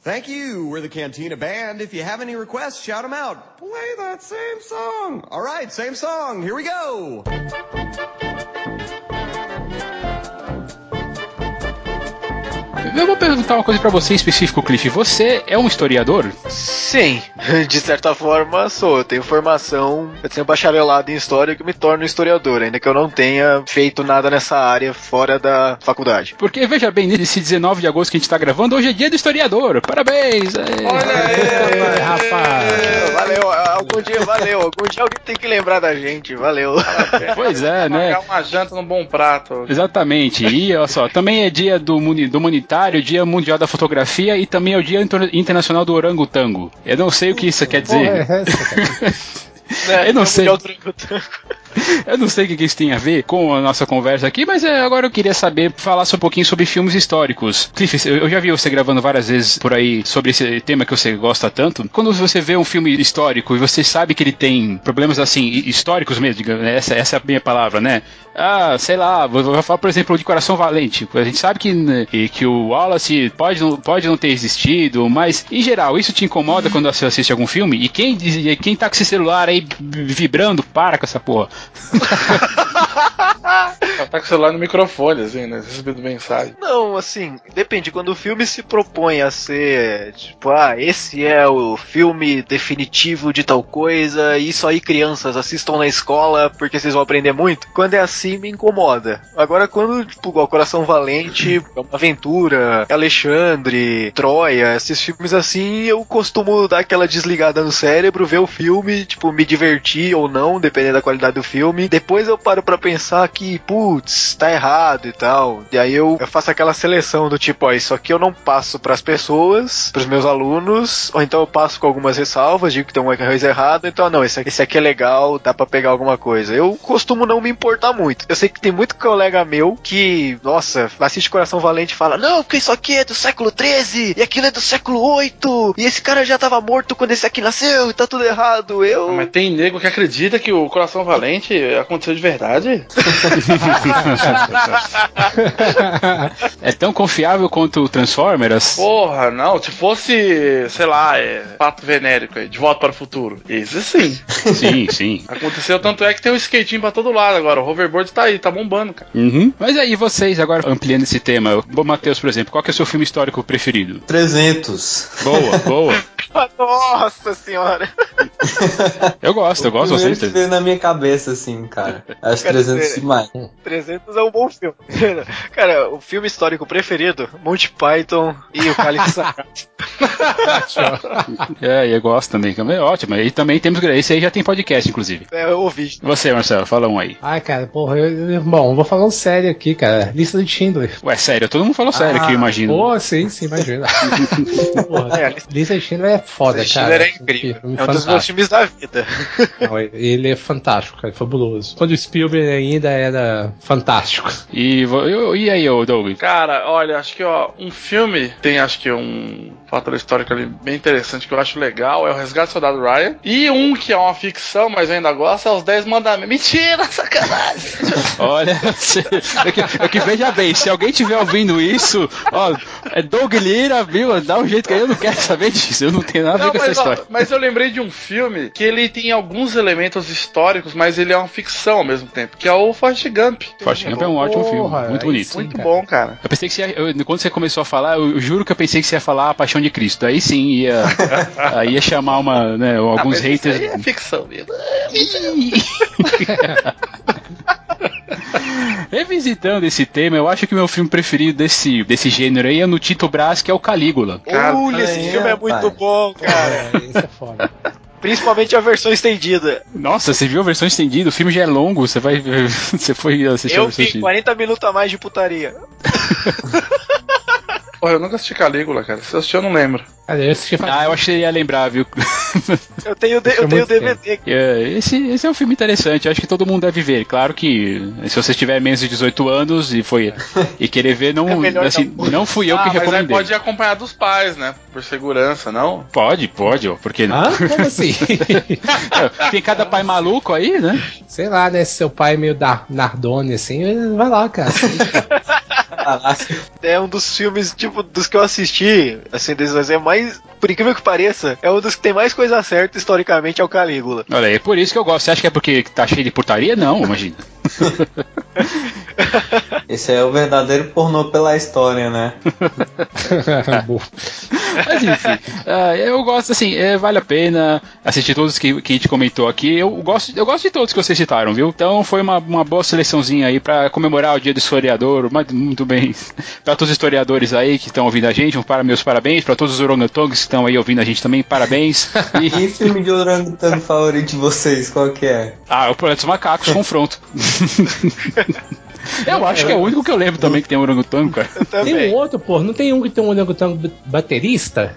Thank you. We're the Cantina Band. If you have any requests, shout them out. Play that same song. All right, same song. Here we go. Eu vou perguntar uma coisa pra você em específico, Cliff. Você é um historiador? Sim, de certa forma sou. Eu tenho formação, eu tenho bacharelado em história que me torna um historiador, ainda que eu não tenha feito nada nessa área fora da faculdade. Porque, veja bem, nesse 19 de agosto que a gente tá gravando, hoje é dia do historiador. Parabéns! É. Aê. Olha aí, rapaz. Valeu, algum dia valeu. Algum dia alguém tem que lembrar da gente, valeu. Pois é, né? Pagar uma janta num bom prato. Exatamente. E olha só, também é dia do, muni- do humanitário, dia mundial da fotografia e também é o dia Inter- internacional do orangotango. Eu não sei o que isso quer Porra, dizer. é essa, cara? um Eu não sei. É o tranco, tranco. Eu não sei o que que isso tem a ver com a nossa conversa aqui, mas é, agora eu queria saber, falar só um pouquinho sobre filmes históricos. Cliff, eu eu já vi você gravando várias vezes por aí sobre esse tema que você gosta tanto. Quando você vê um filme histórico e você sabe que ele tem problemas assim, hi- históricos mesmo, digamos, né? essa, essa é a minha palavra, né? Ah, sei lá, vou, vou falar, por exemplo, de Coração Valente. A gente sabe que, né, e que o Wallace pode não, pode não ter existido, mas, em geral, isso te incomoda quando você assiste algum filme? E quem, diz- e quem tá com esse celular aí vibrando, para com essa porra. Ela tá com o celular no microfone, assim, né? Recebendo mensagem. Não, assim, depende. Quando o filme se propõe a ser, tipo, ah, esse é o filme definitivo de tal coisa, isso aí, crianças, assistam na escola porque vocês vão aprender muito. Quando é assim, me incomoda. Agora, quando, tipo, igual Coração Valente, é Aventura, Alexandre, Troia, esses filmes assim, eu costumo dar aquela desligada no cérebro, ver o filme, tipo, me divertir ou não, dependendo da qualidade do filme. Depois eu paro pra pensar que, putz, tá errado e tal. E aí eu, eu faço aquela seleção do tipo, ó, isso aqui eu não passo pras pessoas, pros meus alunos, ou então eu passo com algumas ressalvas, digo que tem uma coisa errada, então não, esse, aqui- esse aqui é legal, dá pra pegar alguma coisa. Eu costumo não me importar muito. Eu sei que tem muito colega meu que, nossa, assiste Coração Valente e fala, não, porque isso aqui é do século XIII, e aquilo é do século VIII, e esse cara já tava morto quando esse aqui nasceu, e tá tudo errado. Eu... Ah, Mas tem nego que acredita que o Coração Valente aconteceu de verdade? É tão confiável quanto o Transformers? Porra, não. Se fosse, sei lá, é, pato venérico aí, de volta para o futuro. Isso sim. Sim, sim. Aconteceu, tanto é que tem um skatinho pra todo lado agora. O hoverboard tá aí, tá bombando, cara. Uhum. Mas aí, vocês agora ampliando esse tema, bom, Matheus, por exemplo, qual que é o seu filme histórico preferido? 300. Boa, boa. Nossa senhora! Eu gosto, eu gosto Primeiro bastante. que veio na minha cabeça, assim, cara. Acho Cara, 300 sério. demais. 300 é um bom filme. Cara, o filme histórico preferido, Monty Python e o Cálice Ah, É, eu gosto também, que é ótimo. E também temos. Esse aí já tem podcast, inclusive. É, eu ouvi. Você, Marcelo, fala um aí. Ai, cara, Porra, eu, eu- bom, vou falando sério aqui, cara. Lista de Schindler. Ué, sério, todo mundo falou sério aqui, eu imagino. Pô, sim, sim, imagina. Porra, É, Lista de Schindler é foda, Lista de cara. Schindler é incrível. filme É um dos meus fantástico. filmes da vida. Não, Ele é fantástico, cara, fabuloso. Quando o Spielberg ainda era fantástico. E, vo- eu- e aí, ô Doug? Cara, olha, acho que ó, um filme tem acho que um fator histórico ali bem interessante que eu acho legal é o Resgate do Soldado Ryan. E um que é uma ficção, mas eu ainda gosto, é os 10 mandamentos. Mentira, sacanagem! Olha, se- é que, é que veja bem, se alguém tiver ouvindo isso, ó, é Doug Lira, viu? Dá um jeito que eu não quero saber disso, eu não tenho nada a ver Não, com essa mas, ó, história. mas eu lembrei de um filme que ele tem alguns elementos históricos, mas ele é uma ficção ao mesmo tempo, que é o Forrest Gump. Forte Camp é um ótimo filme, muito aí bonito. sim, Muito cara. bom, cara. Eu pensei que você ia, eu- quando você começou a falar, eu, eu juro que eu pensei que você ia falar a Paixão de Cristo. Aí sim ia, aí ia chamar uma, né, Ah, alguns mas haters. Isso aí é ficção mesmo. Revisitando esse tema, eu acho que o meu filme preferido desse, desse gênero aí é no Tito Brás, que é o Calígula. Cara, Olha, esse é, filme é rapaz. muito bom, cara. Cara, isso é foda. Principalmente a versão estendida. Nossa, você viu a versão estendida? O filme já é longo, você vai. Você foi assistir a Eu versão vi estendida. 40 minutos a mais de putaria. Porra, eu nunca assisti Calígula, cara. Se eu assisti, eu não lembro. Cara, eu assisti faz Ah, eu achei que ia lembrar, viu? Eu tenho, de- Isso é eu tenho muito DVD. É, Esse, esse é um filme interessante, eu acho que todo mundo deve ver. Claro que se você tiver menos de 18 anos e foi e querer ver, não, É melhor assim, não. é não fui eu ah, que mas aí recomendei. pode ir acompanhado dos pais, né? Por segurança, não? Pode, pode, ó, porque não. Hã? Como assim? Tem cada pai maluco aí, né? Sei lá, né? se Seu pai é meio da Nardone, assim, vai lá, cara. Caraca, É um dos filmes, tipo, dos que eu assisti, assim, desses é mais mais, por incrível que pareça, é um dos que tem mais coisa certa historicamente, é o Calígula. Olha aí, é por isso que eu gosto. Você acha que é porque tá cheio de portaria? Não, imagina. Esse aí é o verdadeiro pornô pela história, né? Boa. Mas enfim, ah, eu gosto, assim, é, vale a pena assistir todos que, que a gente comentou aqui. Eu gosto, eu gosto de todos que vocês citaram, viu? Então foi uma, uma boa seleçãozinha aí pra comemorar o dia do historiador. Mas muito bem. Pra todos os historiadores aí que estão ouvindo a gente, um para meus parabéns. Pra todos os orangotongos que estão aí ouvindo a gente também, parabéns. E, E filme de orangotango favorito de vocês, qual que é? ah, o Planeta dos Macacos, confronto. Eu acho que é o único que eu lembro também que tem orangotango, cara. Eu Tem um também. outro, pô. Não tem um que tem um orangotango b- baterista?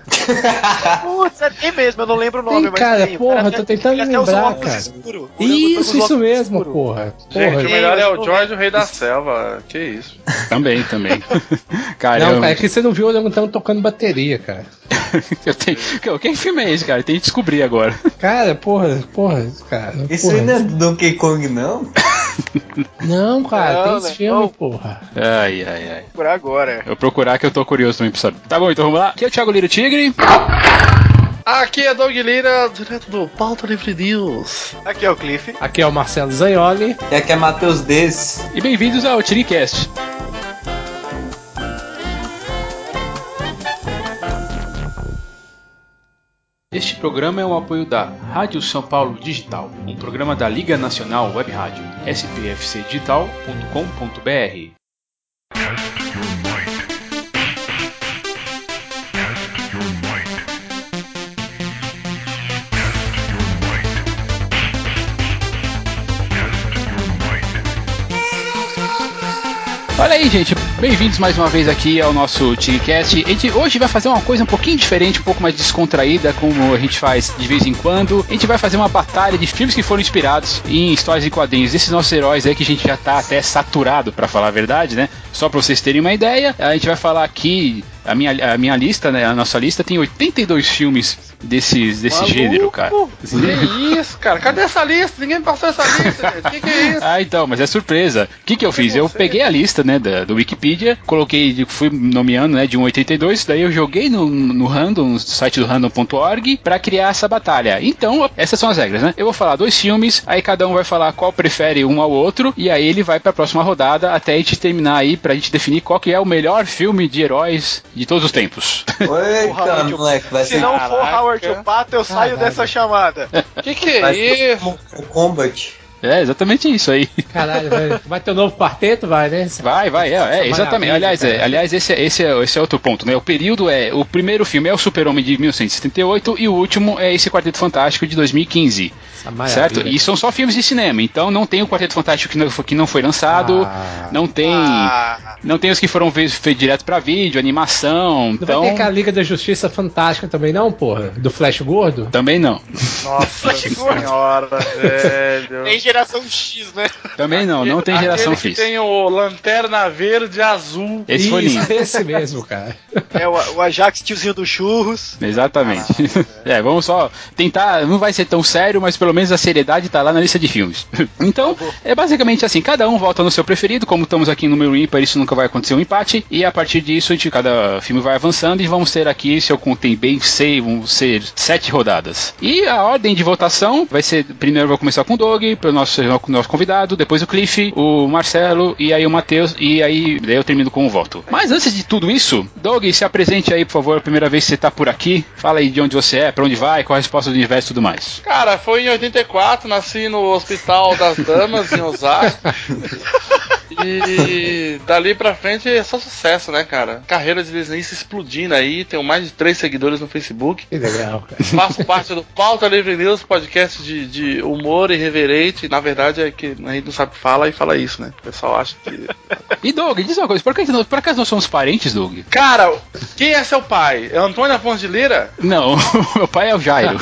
Putz, é tem mesmo, eu não lembro o nome, Tem, mas cara, tem. O porra, até- tô tentando ele até usa lembrar, óculos cara. escuro. O Orangotango Isso, usa isso óculos mesmo, escuro. porra. Gente, Porra. o melhor é o Sim, George, o rei da selva. Que isso. Também, também. Caramba. Não, cara, é que você não viu o orangotango tocando bateria, cara. eu tenho... que- Que filme é esse, cara? Tem que descobrir agora. Cara, porra, porra, cara. Isso porra. aí não é do Donkey Kong, não? Não, cara, Não, tem esse né? filme, Não. porra. Ai, ai, ai. Por agora. Eu procurar que eu tô curioso também pra saber. Tá bom, então vamos lá. Aqui é o Thiago Lira Tigre. Aqui é Doug Lira, direto do Pauta Livre News. Aqui é o Cliff. Aqui é o Marcelo Zanioli. E aqui é Matheus Desse. E bem-vindos ao Tigrecast. Este programa é um apoio da Rádio São Paulo Digital, um programa da Liga Nacional Web Rádio, spfcdigital.com.br. Olha aí, gente. Bem-vindos mais uma vez aqui ao nosso Tigcast. A gente hoje vai fazer uma coisa um pouquinho diferente, um pouco mais descontraída, como a gente faz de vez em quando. A gente vai fazer uma batalha de filmes que foram inspirados em histórias e quadrinhos desses nossos heróis aí que a gente já tá até saturado, pra falar a verdade, né? Só pra vocês terem uma ideia, a gente vai falar aqui a minha, a minha lista, né? A nossa lista tem 82 filmes desses, desse Maluco! gênero, cara. Que isso, cara? Cadê essa lista? Ninguém me passou essa lista, gente. Que que é isso? Ah, então, mas é surpresa. O que, que eu fiz? Eu peguei a lista, né, da, do Wikipedia, coloquei, de- fui nomeando, né, de 1,82, daí eu joguei no, no random, no site do random.org, pra criar essa batalha. Então, essas são as regras, né? Eu vou falar dois filmes, aí cada um vai falar qual prefere um ao outro, e aí ele vai pra próxima rodada até a gente terminar aí, pra gente definir qual que é o melhor filme de heróis de todos os tempos. Eita, Howard, moleque, vai Se ser não for Caraca. Howard o Pato, eu saio Caralho. dessa chamada. Que que é Mas- isso? o Combat. É, exatamente isso aí. Caralho, vai, vai ter um novo quarteto, vai, né? Vai, vai, é, é, exatamente. maravilha, Aliás, é, cara. aliás esse, é- esse, é, esse é outro ponto, né? O período é. O primeiro filme é o Super-Homem de 1978 e o último é esse Quarteto Fantástico de 2015. Essa maravilha. certo? E são só filmes de cinema, então não tem o Quarteto Fantástico que não foi, que não foi lançado, Ah. não tem. Ah, Não tem os que foram feitos fe- direto pra vídeo, animação, Não então. vai ter aquela Liga da Justiça Fantástica também, não, porra? Do Flash Gordo? Também não. Nossa senhora, velho. tem geração X, né? Também não, não tem Aquele geração que X. Tem o Lanterna Verde Azul. Esse foi Isso, lindo. Esse mesmo, cara. É o, o Ajax, tiozinho do churros. Exatamente. é, vamos só tentar. Não vai ser tão sério, mas pelo menos a seriedade tá lá na lista de filmes. então, é basicamente assim: cada um volta no seu preferido. Como estamos aqui no número ímpar, isso nunca vai acontecer um empate. E a partir disso, a gente, cada filme vai avançando. E vamos ter aqui, se eu contei bem, sei, vão ser sete rodadas. E a ordem de votação vai ser: primeiro eu vou começar com o Doug, pelo nosso, nosso convidado, depois o Cliff, o Marcelo, e aí o Matheus, e aí daí eu termino com o voto. Mas antes de tudo isso, Doug, se apresente aí, por favor, a primeira vez que você tá por aqui. Fala aí de onde você é, pra onde vai, qual a resposta do universo e tudo mais. Cara, foi em 84, nasci no Hospital das Damas, em Osasco. E dali pra frente é só sucesso, né, cara? Carreira de desenhista explodindo aí, tenho mais de três seguidores no Facebook. Que legal, cara. Faço parte do Pauta Livre News, podcast de, de humor irreverente. Na verdade é que a gente não sabe falar e fala isso, né? O pessoal acha que. E Doug, diz uma coisa, por, que não- por acaso nós somos parentes, Doug? Cara, quem é seu pai? É Antônio Afonso de Lira? Não, meu pai é o Jairo.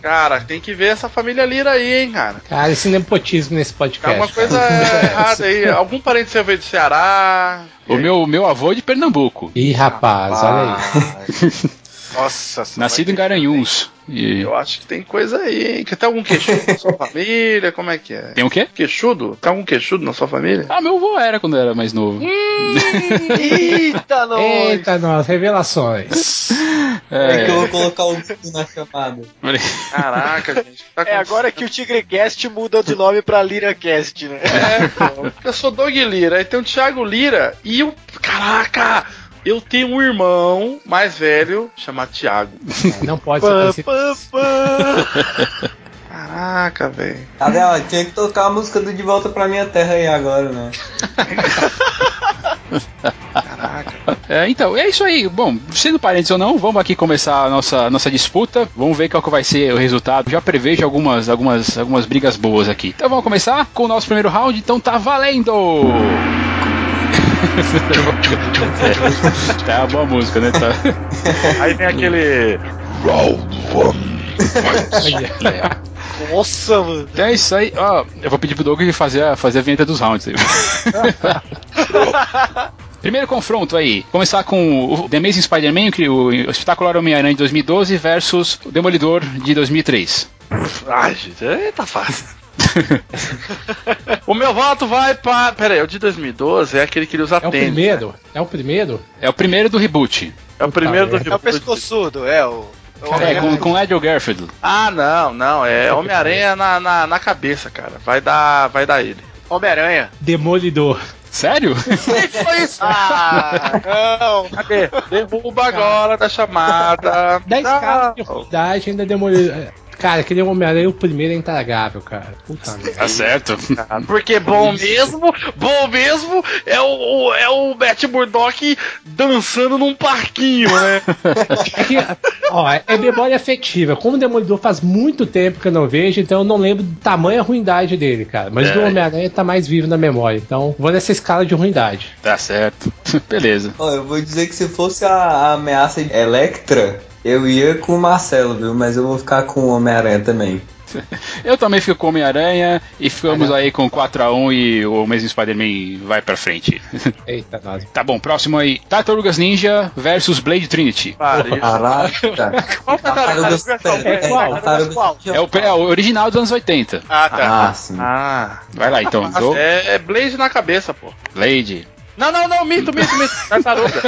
Cara, tem que ver essa família Lira aí, hein, cara. Cara, esse nepotismo nesse Tá podcast. uma coisa cara. errada aí. Algum parente seu veio do Ceará? o meu, meu avô é de Pernambuco. Ih, rapaz, olha aí. Ah, Nossa você Nascido vai em ter- Garanhuns. E Eu acho que tem coisa aí, hein? Que tem algum queixudo na sua família? Como é que é? tem o quê? Queixudo? Tem algum queixudo na sua família? Ah, meu avô era quando eu era mais novo. Eita, não! Eita, nós, revelações. É que eu É, vou colocar o Guto na chamada. olha aí. Caraca, gente. Tá É agora que o TigreCast muda de nome pra LiraCast, né? É, pô, porque eu sou Dog Lira, aí tem o Thiago Lira e eu. Caraca! Eu tenho um irmão mais velho chamado Thiago. Não pode ser Pã, assim. pã, pã. Caraca, velho. Adel, tinha que tocar a música do De Volta Pra Minha Terra aí agora, né? Caraca. É, então, é isso aí. Bom, sendo parentes ou não, vamos aqui começar a nossa, nossa disputa. Vamos ver qual que vai ser o resultado. Já prevejo algumas, algumas, algumas brigas boas aqui. Então vamos começar com o nosso primeiro round. Então tá valendo! É, tá boa a música, né? Tá. Aí tem aquele. Nossa, mano. Então é isso aí. Ó, eu vou pedir pro Doug fazer a, fazer a vinheta dos rounds aí. Primeiro confronto aí. Começar com o The Amazing Spider-Man, que o o espetacular Homem-Aranha de 2012 versus o Demolidor de 2003. Ai, gente, aí tá fácil. o meu voto vai para. Pera aí, o de 2012 é aquele que ele usa É o tênis. primeiro? É o primeiro? É o primeiro do reboot. É o primeiro do Puta É o pescoçudo, é o. é o É, com, Homem-Aranha. com Andrew Garfield. Ah, não, não. É Homem-Aranha na, na, na cabeça, cara. Vai dar, vai dar ele. Homem-Aranha. Demolidor. Sério? é Ah, não. Cadê? Derruba agora da chamada. 10 Não. caras de oportunidade ainda Demolidor. É, Cara, aquele Homem-Aranha, o primeiro é intragável, cara. Puta merda. Tá certo. Porque bom mesmo, bom mesmo é o, o- é o Matt Murdock dançando num parquinho, né? É que, ó, é memória afetiva. Como o Demolidor faz muito tempo que eu não vejo, então eu não lembro do tamanho da ruindade dele, cara. Mas É. do Homem-Aranha tá mais vivo na memória. Então, vou nessa escala de ruindade. Tá certo. Beleza. Ó, eu vou dizer que se fosse a, a ameaça de Electra, eu ia com o Marcelo, viu? Mas eu vou ficar com o Homem-Aranha também. Eu também fico com Homem-Aranha e ficamos aí com 4x1 e o mesmo Spider-Man vai pra frente. Eita, nós. Tá bom, próximo aí. Tartarugas Ninja versus Blade Trinity. Pariu. Caraca! Qual tartarugas? É, qual? tartarugas- Qual? É o, é o original dos anos 80. Ah, tá. Ah, sim. Ah, Vai lá então, Doug. é, é Blaze na cabeça, pô. Blade. Não, não, não, mito, mito, mito. Tartaruga.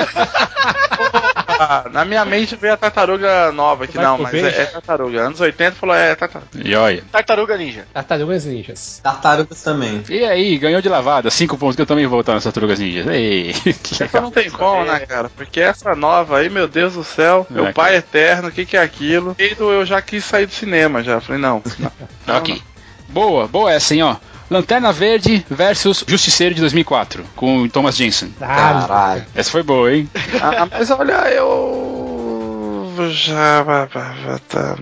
Ah, Na minha mente veio a tartaruga nova, que Vai não, pro mas beijo? é, é tartaruga. Anos 80 falou, é tartaruga. E olha. Tartaruga Ninja. Tartarugas Ninjas. Tartarugas também. E aí, ganhou de lavada. 5 pontos que eu também vou voltar nas Tartarugas Ninjas. Ei, que Essa legal. É não tem como, né, cara? Porque essa nova aí, meu Deus do céu, meu É, pai cara. eterno, o que, que é aquilo? E do- Eu já quis sair do cinema, já. Falei, não. não, Ok. Boa, boa essa, hein, ó. Lanterna Verde versus Justiceiro de 2004, com o Thomas Jensen. Ah, Caralho. Essa foi boa, hein? Ah, mas olha, eu. Já. vá, vá, vá, Tá...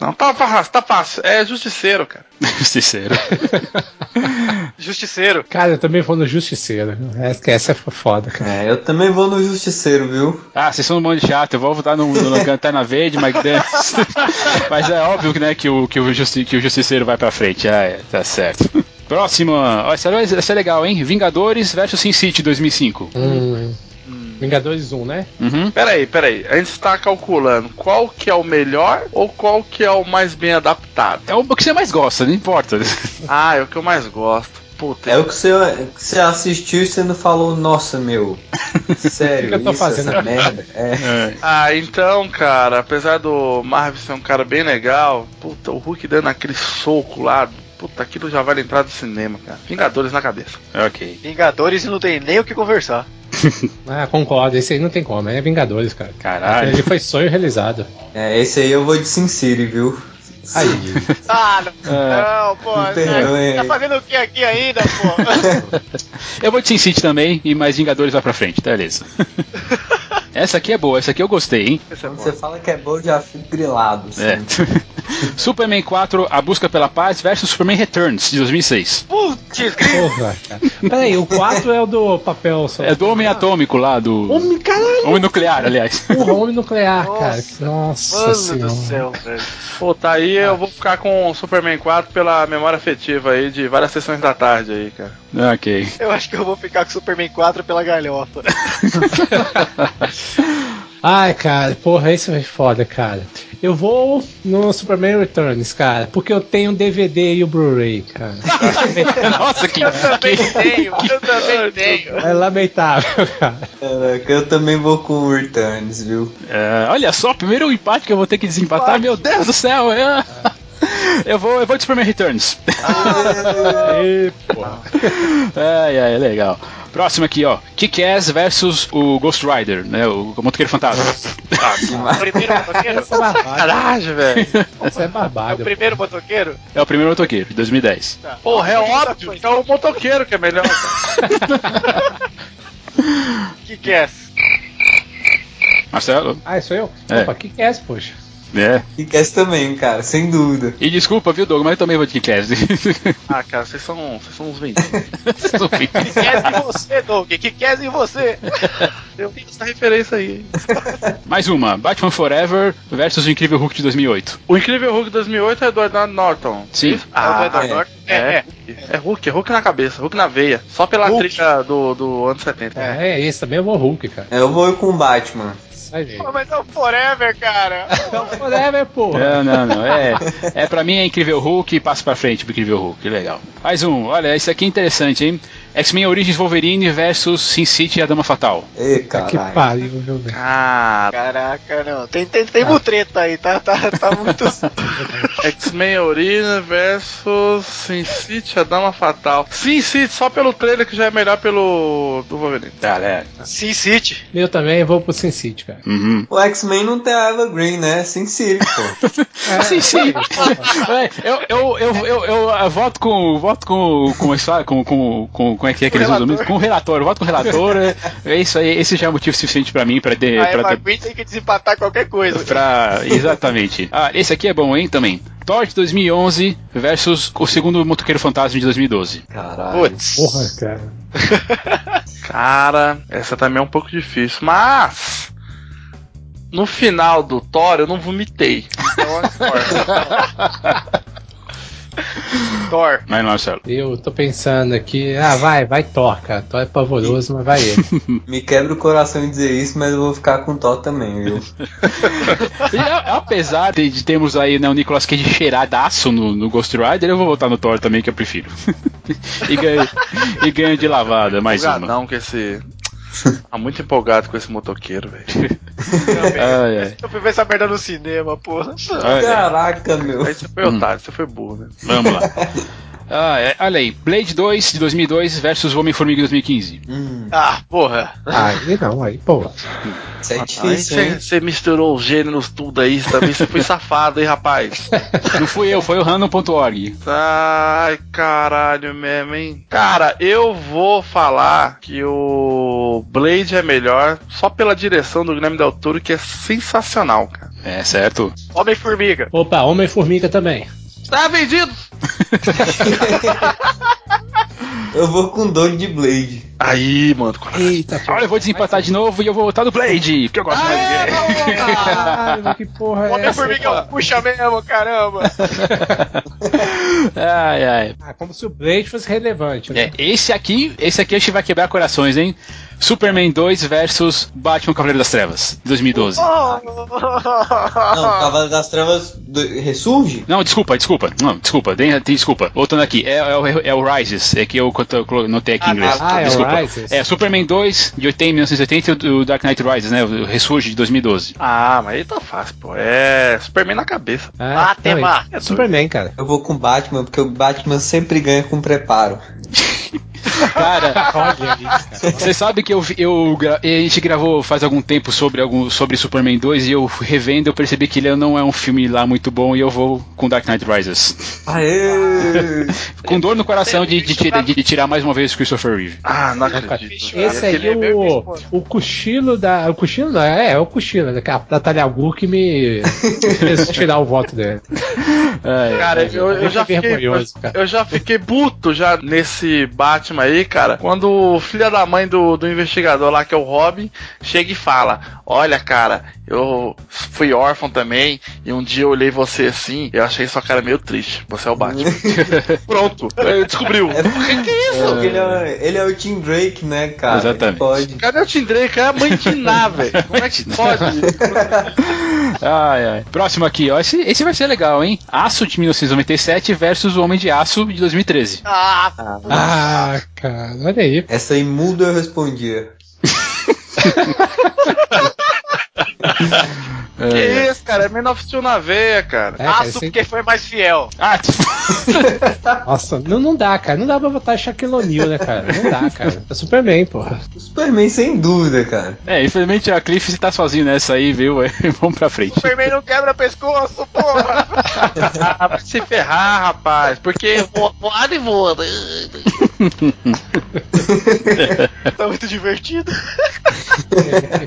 Não, tá fácil, tá fácil. É justiceiro, cara. Justiceiro. Justiceiro. cara, eu também vou no Justiceiro. Essa, essa é foda, cara. É, eu também vou no Justiceiro, viu? Ah, vocês são um monte de chato, eu vou votar no, no Lanterna Verde, mas, mas é óbvio né, que, o, que, o justi, que o Justiceiro vai pra frente. Ah, é, tá certo. Próxima. Ó, essa, essa é legal, hein? Vingadores versus Sin City 2005. Hum. Vingadores 1, né? Uhum. Peraí, peraí. A gente tá calculando qual que é o melhor ou qual que é o mais bem adaptado. É o que você mais gosta, não importa. Ah, é o que eu mais gosto. Puta, É o que você, que você assistiu e você não falou, nossa, meu. Sério, O que eu tô isso, fazendo essa aqui? merda. É. Ah, então, cara, apesar do Marvel ser um cara bem legal, puta, o Hulk dando aquele soco lá, puta, aquilo já vale entrar do cinema, cara. Vingadores na cabeça. Ok. Vingadores não tem nem o que conversar. Ah, concordo. Esse aí não tem como. É Vingadores, cara. Caralho. Ele foi sonho realizado. É, esse aí eu vou de Sin City, viu? Aí. Ah, não. Não, pô. Não tem né? vergonha Tá aí. fazendo o que aqui ainda, pô? Eu vou de Sin City também, e mais Vingadores vai pra frente, tá, beleza. essa aqui é boa, essa aqui eu gostei, hein? Quando você fala que é bom, eu já fico grilado. assim. É. Superman 4, A Busca pela Paz versus Superman Returns, de 2006. Putz, Porra, cara. Peraí, o 4 é o do papel só. É do Homem Atômico lá, do... Homem, caralho. Homem Nuclear, aliás. Porra, homem nuclear, Nossa. cara. Nossa mano senhora. do céu, velho. Pô, tá aí, Ah. eu vou ficar com o Superman 4 pela memória afetiva aí de várias sessões da tarde aí, cara. ok. Eu acho que eu vou ficar com Superman 4 pela galhofa. Ai, cara, porra, isso é foda, cara. Eu vou no Superman Returns, cara, porque eu tenho um o DVD e o Blu-ray, cara. Nossa, que. Também tenho, eu também tenho. É lamentável, cara. Caraca, eu também vou com o Returns, viu? É, olha só, primeiro empate que eu vou ter que desempatar, meu Deus do céu! Eu, eu vou, eu vou de Superman Returns. Ah, Ê, porra. Ai, ai, legal. Próximo aqui, ó. Kick-Ass versus o Ghost Rider, né? O Motoqueiro Fantasma. Ah, Primeiro motoqueiro? Isso é barbado. Caralho, velho. Isso é É o barbado. primeiro motoqueiro? É o primeiro motoqueiro, de 2010. Porra, é óbvio que é o motoqueiro que é melhor. Que que é? Marcelo? Ah, sou eu? É. Opa, que que é essa, poxa? É. E Cass também, cara, sem dúvida. E desculpa, viu, Doug, mas eu também vou de Kick-Ass. Ah, cara, vocês são, vocês são uns vendidos. Que que é em você, Doug? Que que é em você? Eu tenho essa referência aí. Mais uma. Batman Forever versus o Incrível Hulk de 2008. O Incrível Hulk 2008 é do Edward Norton. Sim. Ah, é o do é. Edward Norton? É, é. É Hulk, é Hulk na cabeça, Hulk na veia. Só pela Hulk. trilha do, do ano 70. É, é esse também eu vou Hulk, cara. É, Eu vou com o Batman. Sai, gente. Pô, mas é o Forever, cara. Whatever, porra. Não, não, não. É, é pra mim é Incrível Hulk e passo pra frente pro Incrível Hulk. Legal. Mais um. Olha, esse aqui é interessante, hein? X-Men Origins Wolverine versus Sin City e a Dama Fatal. Ê, Que caralho. pariu, meu Deus. Ah, Caraca, não. Tem, tem, tem mutreta aí, tá, tá, tá muito. X-Men Origins versus Sin City, a Dama Fatal. Sin City, só pelo trailer que já é melhor pelo do Wolverine. Galera. Sin City. Eu também vou pro Sin City, cara. Uhum. O X-Men não tem a Eva Green, né? Sin City, pô. Sim, sim. Ué, É, Eu, eu, eu, eu, eu, ah, voto com. Voto com. Com isso lá, com, com, com. Como é que é que eles usam mesmo? Com o relator, eu voto com o relator. É, é isso aí, esse já é motivo suficiente pra mim, pra, de, A pra, Eva Green tem que desempatar qualquer coisa. Pra... Exatamente. Ah, esse aqui é bom, hein, também. Thor de 2011 versus o segundo Motoqueiro Fantasma de 2012. Caralho. Putz. Porra, cara. Cara, essa também é um pouco difícil, mas. No final do Thor eu não vomitei. um Então é Thor. Thor. Mas não, Marcelo. Eu tô pensando aqui. Ah, vai, vai Thor, cara. Thor é pavoroso, mas vai ele. Me quebra o coração em dizer isso, mas eu vou ficar com o Thor também, viu? E, a- apesar de, de termos aí né, o Nicolas Cage cheiradaço no, no Ghost Rider, eu vou votar no Thor também, que eu prefiro. e, ganho, e ganho de lavada, mais uma. Empolgadão com esse. Tá muito empolgado com esse motoqueiro, velho. Ai, ai. Eu fui ver essa merda no cinema, porra. Ai, ai. Caraca, meu. Aí você foi Hum. otário, você foi burro, né? Vamos lá. Ah, é, olha aí, Blade 2 de 2002 versus Homem-Formiga de 2015. Hum, Ah, porra. Aí não, aí, porra. isso é Aí difícil, você hein? você misturou os gêneros tudo aí, também você foi safado, hein, rapaz? Não fui eu, foi o random.org. Ai, caralho mesmo, hein? Cara, eu vou falar que o Blade é melhor só pela direção do Guilherme Del Toro, que é sensacional, cara. É, certo. Homem-Formiga. Opa, Homem-Formiga também. Tá vendido! Eu vou com o Doug de Blade. Aí, mano. qual é? Eita, Olha, eu vou desempatar de novo e eu vou votar no Blade, porque eu ah, gosto mais é, dele. Caralho, que porra é essa? Homem-Formiga é um puxa mesmo, caramba. Ai, ai. Ah, como se o Blade fosse relevante, né? É, esse aqui, esse aqui acho que vai quebrar corações, hein? Superman 2 versus Batman Cavaleiro das Trevas, 2012. Não, Cavaleiro das Trevas do- ressurge? Não, desculpa, desculpa. Não, desculpa, tem, tem desculpa. Voltando aqui, é, é o- é o Rises, é que eu cont- colo- notei aqui em inglês. Ah, é desculpa. o Rises. É, Superman 2, de 80, 1980, e o- o Dark Knight Rises, né? O Ressurge de 2012. Ah, mas aí tá fácil, pô. É Superman na cabeça. Ah, Batman. não, é- é Superman, cara. Eu vou com o Batman, porque o Batman sempre ganha com preparo. Cara, Olha ali, cara. você sabe que eu, vi- eu gra- a gente gravou faz algum tempo sobre, algum, sobre Superman 2 e eu revendo, eu percebi que ele não é um filme lá muito bom e eu vou com Dark Knight Rises. Aê! Com dor no coração de, de tira- de tirar mais uma vez o Christopher Reeve. Ah, não cara. acredito. Esse aí é o, o cochilo da. O cochilo não, é, é o cochilo da, da Talhagu que me fez tirar o voto dele. Cara, eu, eu Ele já foi fiquei, eu, vergonhoso, cara. eu já fiquei puto já nesse Batman aí, cara. Quando o filho da mãe do, do investigador lá, que é o Robin, chega e fala: Olha, cara, eu fui órfão também E um dia eu olhei você assim, eu achei sua cara meio triste. Você é o Batman. Pronto, ele descobriu. que, que é isso? Porque ele, é, ele é o Tim Drake, né, cara? Exatamente. Ele pode. Cadê o Tim Drake? É a mãe de Ná, velho. Como é que pode? Ai, ai. Próximo aqui, ó. Esse, esse vai ser legal, hein? Aço de 1997 versus o Homem de Aço de 2013. Ah, Ah, cara, olha aí. Essa aí muda eu respondia. que isso, cara? É Man of Steel na veia, cara. É, cara, aço esse- porque foi mais fiel. Ah, Nossa, não, não dá, cara. Não dá pra votar Shaquille O'Neal, né, cara? Não dá, cara. É Superman, porra. O Superman, sem dúvida, cara. é, infelizmente a Cliff tá sozinho nessa aí, viu? É, Vamos pra frente. Superman não quebra pescoço, porra. Ah, vai se ferrar, rapaz. Porque vo- voado e né? voando. tá muito divertido.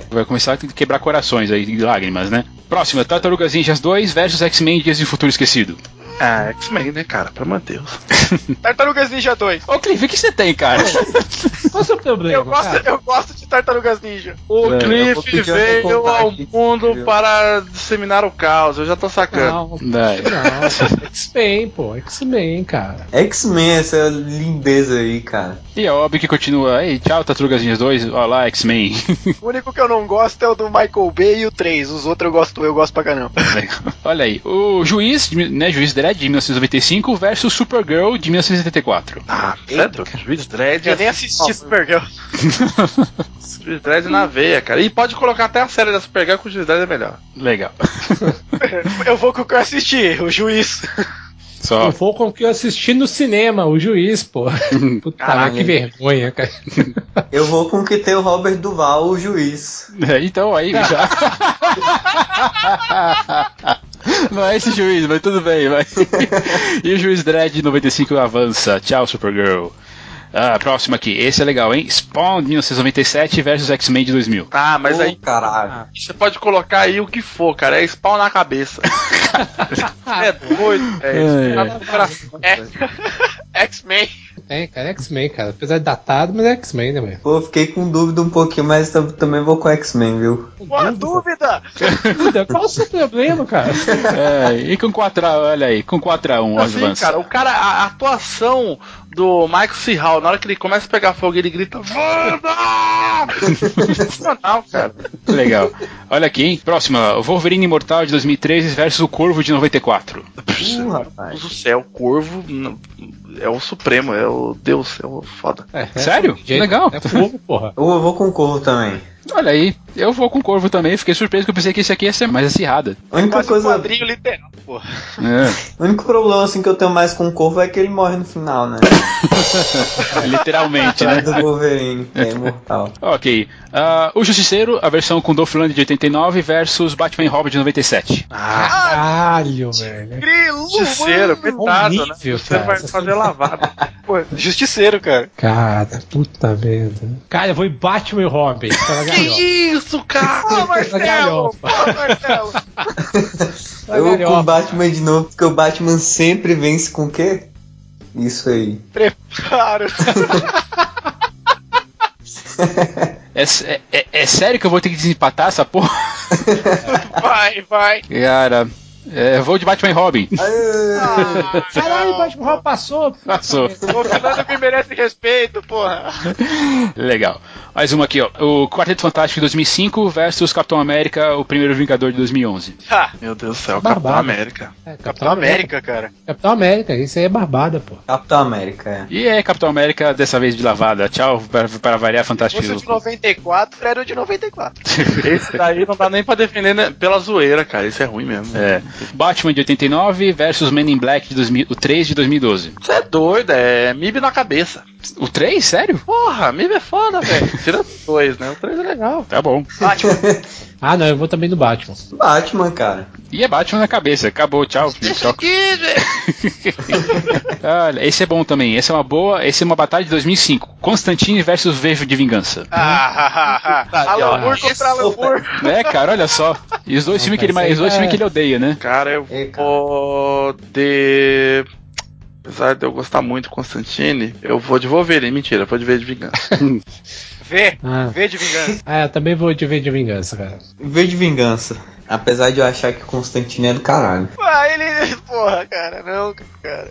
Vai começar a quebrar corações aí, e lágrimas, né? Próxima, Tartarugas Ninjas 2 versus X-Men Dias de Futuro Esquecido. Ah, X-Men, né, cara? Pelo amor de Deus. Tartarugas Ninja 2. Ô, Cliff, o que você tem, cara? Qual é o seu problema? Eu gosto, cara? eu gosto de Tartarugas Ninja. O É, eu vou Cliff pedir até veio contar ao aqui, mundo viu? para disseminar o caos. Eu já tô sacando. Não, Vai. não. X-Men, pô. X-Men, cara. X-Men, essa lindeza aí, cara. E é óbvio que continua. Ei, tchau, Tartarugas Ninjas 2. Olá, X-Men. O único que eu não gosto é o do Michael Bay e o 3. Os outros eu gosto, eu gosto pra caramba. Olha aí. O Juiz, de mi- né? Juiz Dredd de 1995 versus Supergirl de 1984. Ah, certo? Juiz Dredd. é Eu nem assisti Supergirl. Juiz Dredd na veia, cara. E pode colocar até a série da Supergirl que o Juiz Dredd é melhor. Legal. Eu vou com o que eu assisti, o juiz. Só. Não foi com o que eu assisti no cinema, o juiz, pô. Puta, Caralho. que vergonha, cara. Eu vou com o que tem o Robert Duval, o juiz. É, Então aí Tá. já. Não é esse juiz, mas tudo bem, vai. E o juiz Dredd de 95 avança. Tchau, Supergirl. Ah, próximo aqui. Esse é legal, hein? Spawn de 1997 versus X-Men de 2000. Ah, mas Ô, aí Caralho. você pode colocar aí o que for, cara. É spawn na cabeça. é doido. É, É. spawn no coração. X-Men. Tem, cara, é X-Men, cara. Apesar de datado, mas é X-Men, né, velho? Pô, eu fiquei com dúvida um pouquinho, mas tam- também vou com X-Men, viu? Boa dúvida! Duda, Qual o seu problema, cara? É, e com 4 a olha aí, com 4 a 1 Assim, avança. cara, o cara, a a atuação do Michael C. Hall, na hora que ele começa a pegar fogo, ele grita Vanda! Sensacional, cara. Legal. Olha aqui, hein? Próxima, o Wolverine Imortal de 2013 versus o Corvo de 94. Uh, rapaz. Deus do céu, Corvo n- é o supremo, é o Deus, é o foda. Sério? Legal. É fogo, porra. Ô, eu vou com o Corvo também. Olha aí, eu vou com o Corvo também, fiquei surpreso que eu pensei que esse aqui ia ser mais acirrada. A única Quase um coisa. quadrinho literal, pô. É, O único problema assim que eu tenho mais com o Corvo é que ele morre no final, né? literalmente, né? Atrás do Wolverine, que é imortal. Ok. Ah, o Justiceiro, a versão com Dolph Lundgren de 89 versus Batman e Robin de 97. Ah, Caralho, velho. Grilo! justiceiro, coitado, né? Horrível, Você cara. vai fazer lavada. Pô, justiceiro, cara. Cara, puta merda. Cara, eu vou em Batman e Robin. Pela galhofa. que isso, cara? Pô, Marcelo! Pô, galhofa. Marcelo! Pela Eu vou com o galhofa. Batman de novo, porque o Batman sempre vence com o quê? Isso aí. Preparo! É, é- é- é sério que eu vou ter que desempatar essa porra? Vai, vai! Cara, é, vou de Batman e Robin. Caralho, Batman e Robin passou. Passou. O Fernando me merece respeito, porra! Legal. Mais uma aqui, ó. O Quarteto Fantástico de 2005 versus Capitão América, o primeiro Vingador de 2011. Ha, Ah, Meu Deus do céu, Babado. Capitão América. É, Capitão Ah. América, cara. Capitão América, isso aí é barbada, pô. Capitão América, é. E é Capitão América, dessa vez de lavada. Tchau, para, para variar, fantástico. Você de 94 era o de 94. Esse daí não dá nem pra defender né? pela zoeira, cara. Isso é ruim mesmo. É. Batman de 89 versus Men in Black de 2000, o 3 de 2012. Você é doido, é MIB na cabeça. O 3? Sério? Porra, MIB é foda, velho. Tira dois, né? O três é legal. Tá bom. Batman, Ah, não, eu vou também no Batman. Batman, cara. E é Batman na cabeça. Acabou, tchau. tchau. aqui, velho. Olha, esse é bom também. Essa é uma boa. Esse é uma batalha de 2005. Constantine versus Vejo de Vingança. Ah, ah, ah, ah. Alan Moore contra Alan Moore. Né, cara? Olha só. E os dois Não, filmes que ele cara, mais, isso os dois aí filmes é- que ele odeia, né? Cara, eu É, cara. vou de. Apesar de eu gostar muito do Constantine, eu vou de Wolverine. Mentira, eu vou de V de Vingança. Vê, Ah. vê de vingança. é, Ah, eu também vou de V de Vingança, cara. Em vez de vingança. Apesar de eu achar que Constantine é do caralho. Ah, ele. Porra, cara, não, cara.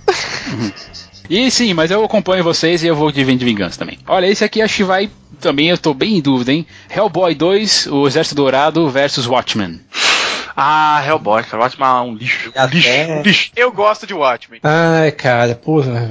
E sim, mas eu acompanho vocês e eu vou de vin- de vingança também. Olha, esse aqui acho que vai. Também eu tô bem em dúvida, hein? Hellboy 2, o Exército Dourado versus Watchmen. Ah, Hellboy, cara. Batman é um lixo. E até- Lixo, lixo. Eu gosto de Watchmen. Ai, cara, porra.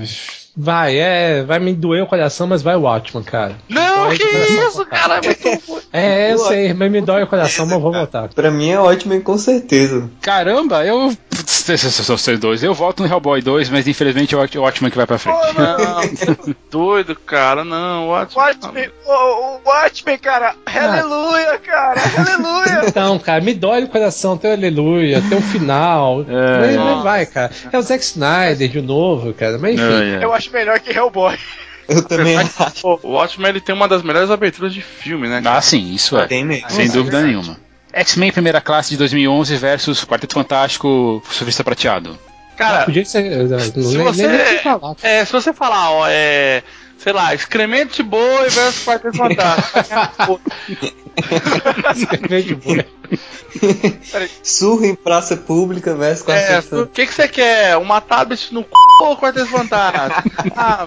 Vai, é. Vai me doer o coração, mas vai o Watchman, cara. Não, Dói o que coração isso, pra caralho. cara. É muito ruim. É, eu Pô, sei, mas me dói o coração, mas eu vou votar. Pra mim é ótimo com certeza. Caramba, eu. Putz, esses são vocês dois. Eu voto no Hellboy 2, mas infelizmente é o Wat- o Watchmen que vai pra frente. Não, doido, cara. Não, Watchmen. Watchmen, o Watchmen, cara. Aleluia, cara. Aleluia. Então, cara, me dói o coração, tem o aleluia, tem o final. mas, mas nossa. vai, cara. É o Zack Snyder de novo, cara. Mas enfim. Ai, ai. Eu acho melhor que Hellboy. Eu também O Watchmen ele tem uma das melhores aberturas de filme, né? cara? Ah, sim, isso é. tem mesmo. Sem dúvida nenhuma. X-Men Primeira Classe de 2011 versus Quarteto Fantástico Surfista Prateado. Cara, Podia ser. Ah. eh, se nem, você- nem precisa falar. é, se você falar, ó, é. Sei lá, excremento de boi versus quarteto fantástico. Escrever de boa. Surra em praça pública versus com a é, é, o que, que você quer? Uma tablet no c ou quarteto fantástico? Ah,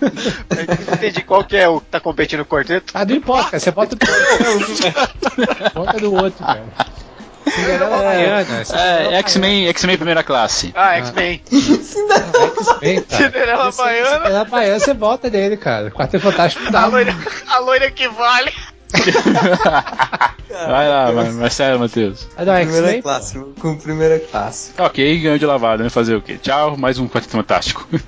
Eu Entendi qual que é o que tá competindo com o quarteto. Ah, não importa, cara. Você bota do outro. bota do outro, cara. Cinderela Baiana. É, X-Men X-Men Primeira Classe. Ah, X-Men. Bem, cara. Um Cinderela Você- Cinderela Baiana, você bota dele, cara. Quarteto Fantástico não A dá. loira, a loira que vale. Vai lá, Ma- Marcelo, Matheus. Ah, não, primeira X-Men. classe, vou com primeira classe. Ok, ganhou de lavada, né? Fazer o quê? Tchau, mais um Quarteto Fantástico.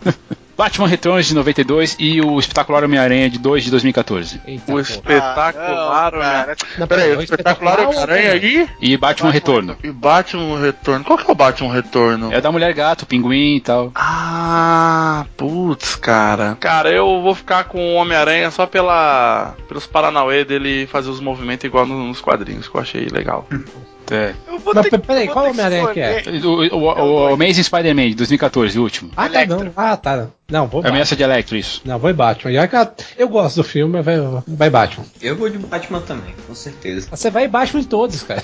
Batman Returns de 92 e o espetacular Homem-Aranha de 2 de 2014. Eita, o pô. espetacular, né? Não, Peraí, peraí, o espetacular Homem-Aranha aí? E Batman Retorno. E Batman Retorno. Qual que é o Batman Retorno? É o da Mulher Gato, Pinguim e tal. Ah, putz, cara. Cara, eu vou ficar com o Homem-Aranha só pela pelos Paranauê dele fazer os movimentos igual no- nos quadrinhos, que eu achei legal. É. Eu vou Mas ter que- peraí, eu vou qual ter que Homem-Aranha que é? escolher. O, o, o- o Amazing Spider-Man de 2014, o último. Ah, tá, não. Ah, tá. não. Não, vou Batman. Ameaça de Electro, isso. Não, vou em Batman. E olha que Eu, eu gosto do filme, mas vai, vai Batman. Ah, Eu vou de Batman também, com certeza. Você vai em Batman de todos, cara.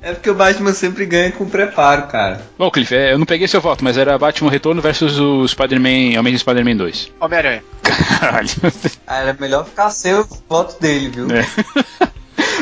É porque o Batman sempre ganha com preparo, cara. Bom, Cliff, é, eu não peguei seu voto, mas era Batman Retorno versus o Spider-Man, Amazing Spider-Man 2. é? Homem-Aranha. Caralho. Ah, era melhor ficar sem o voto dele, viu? É.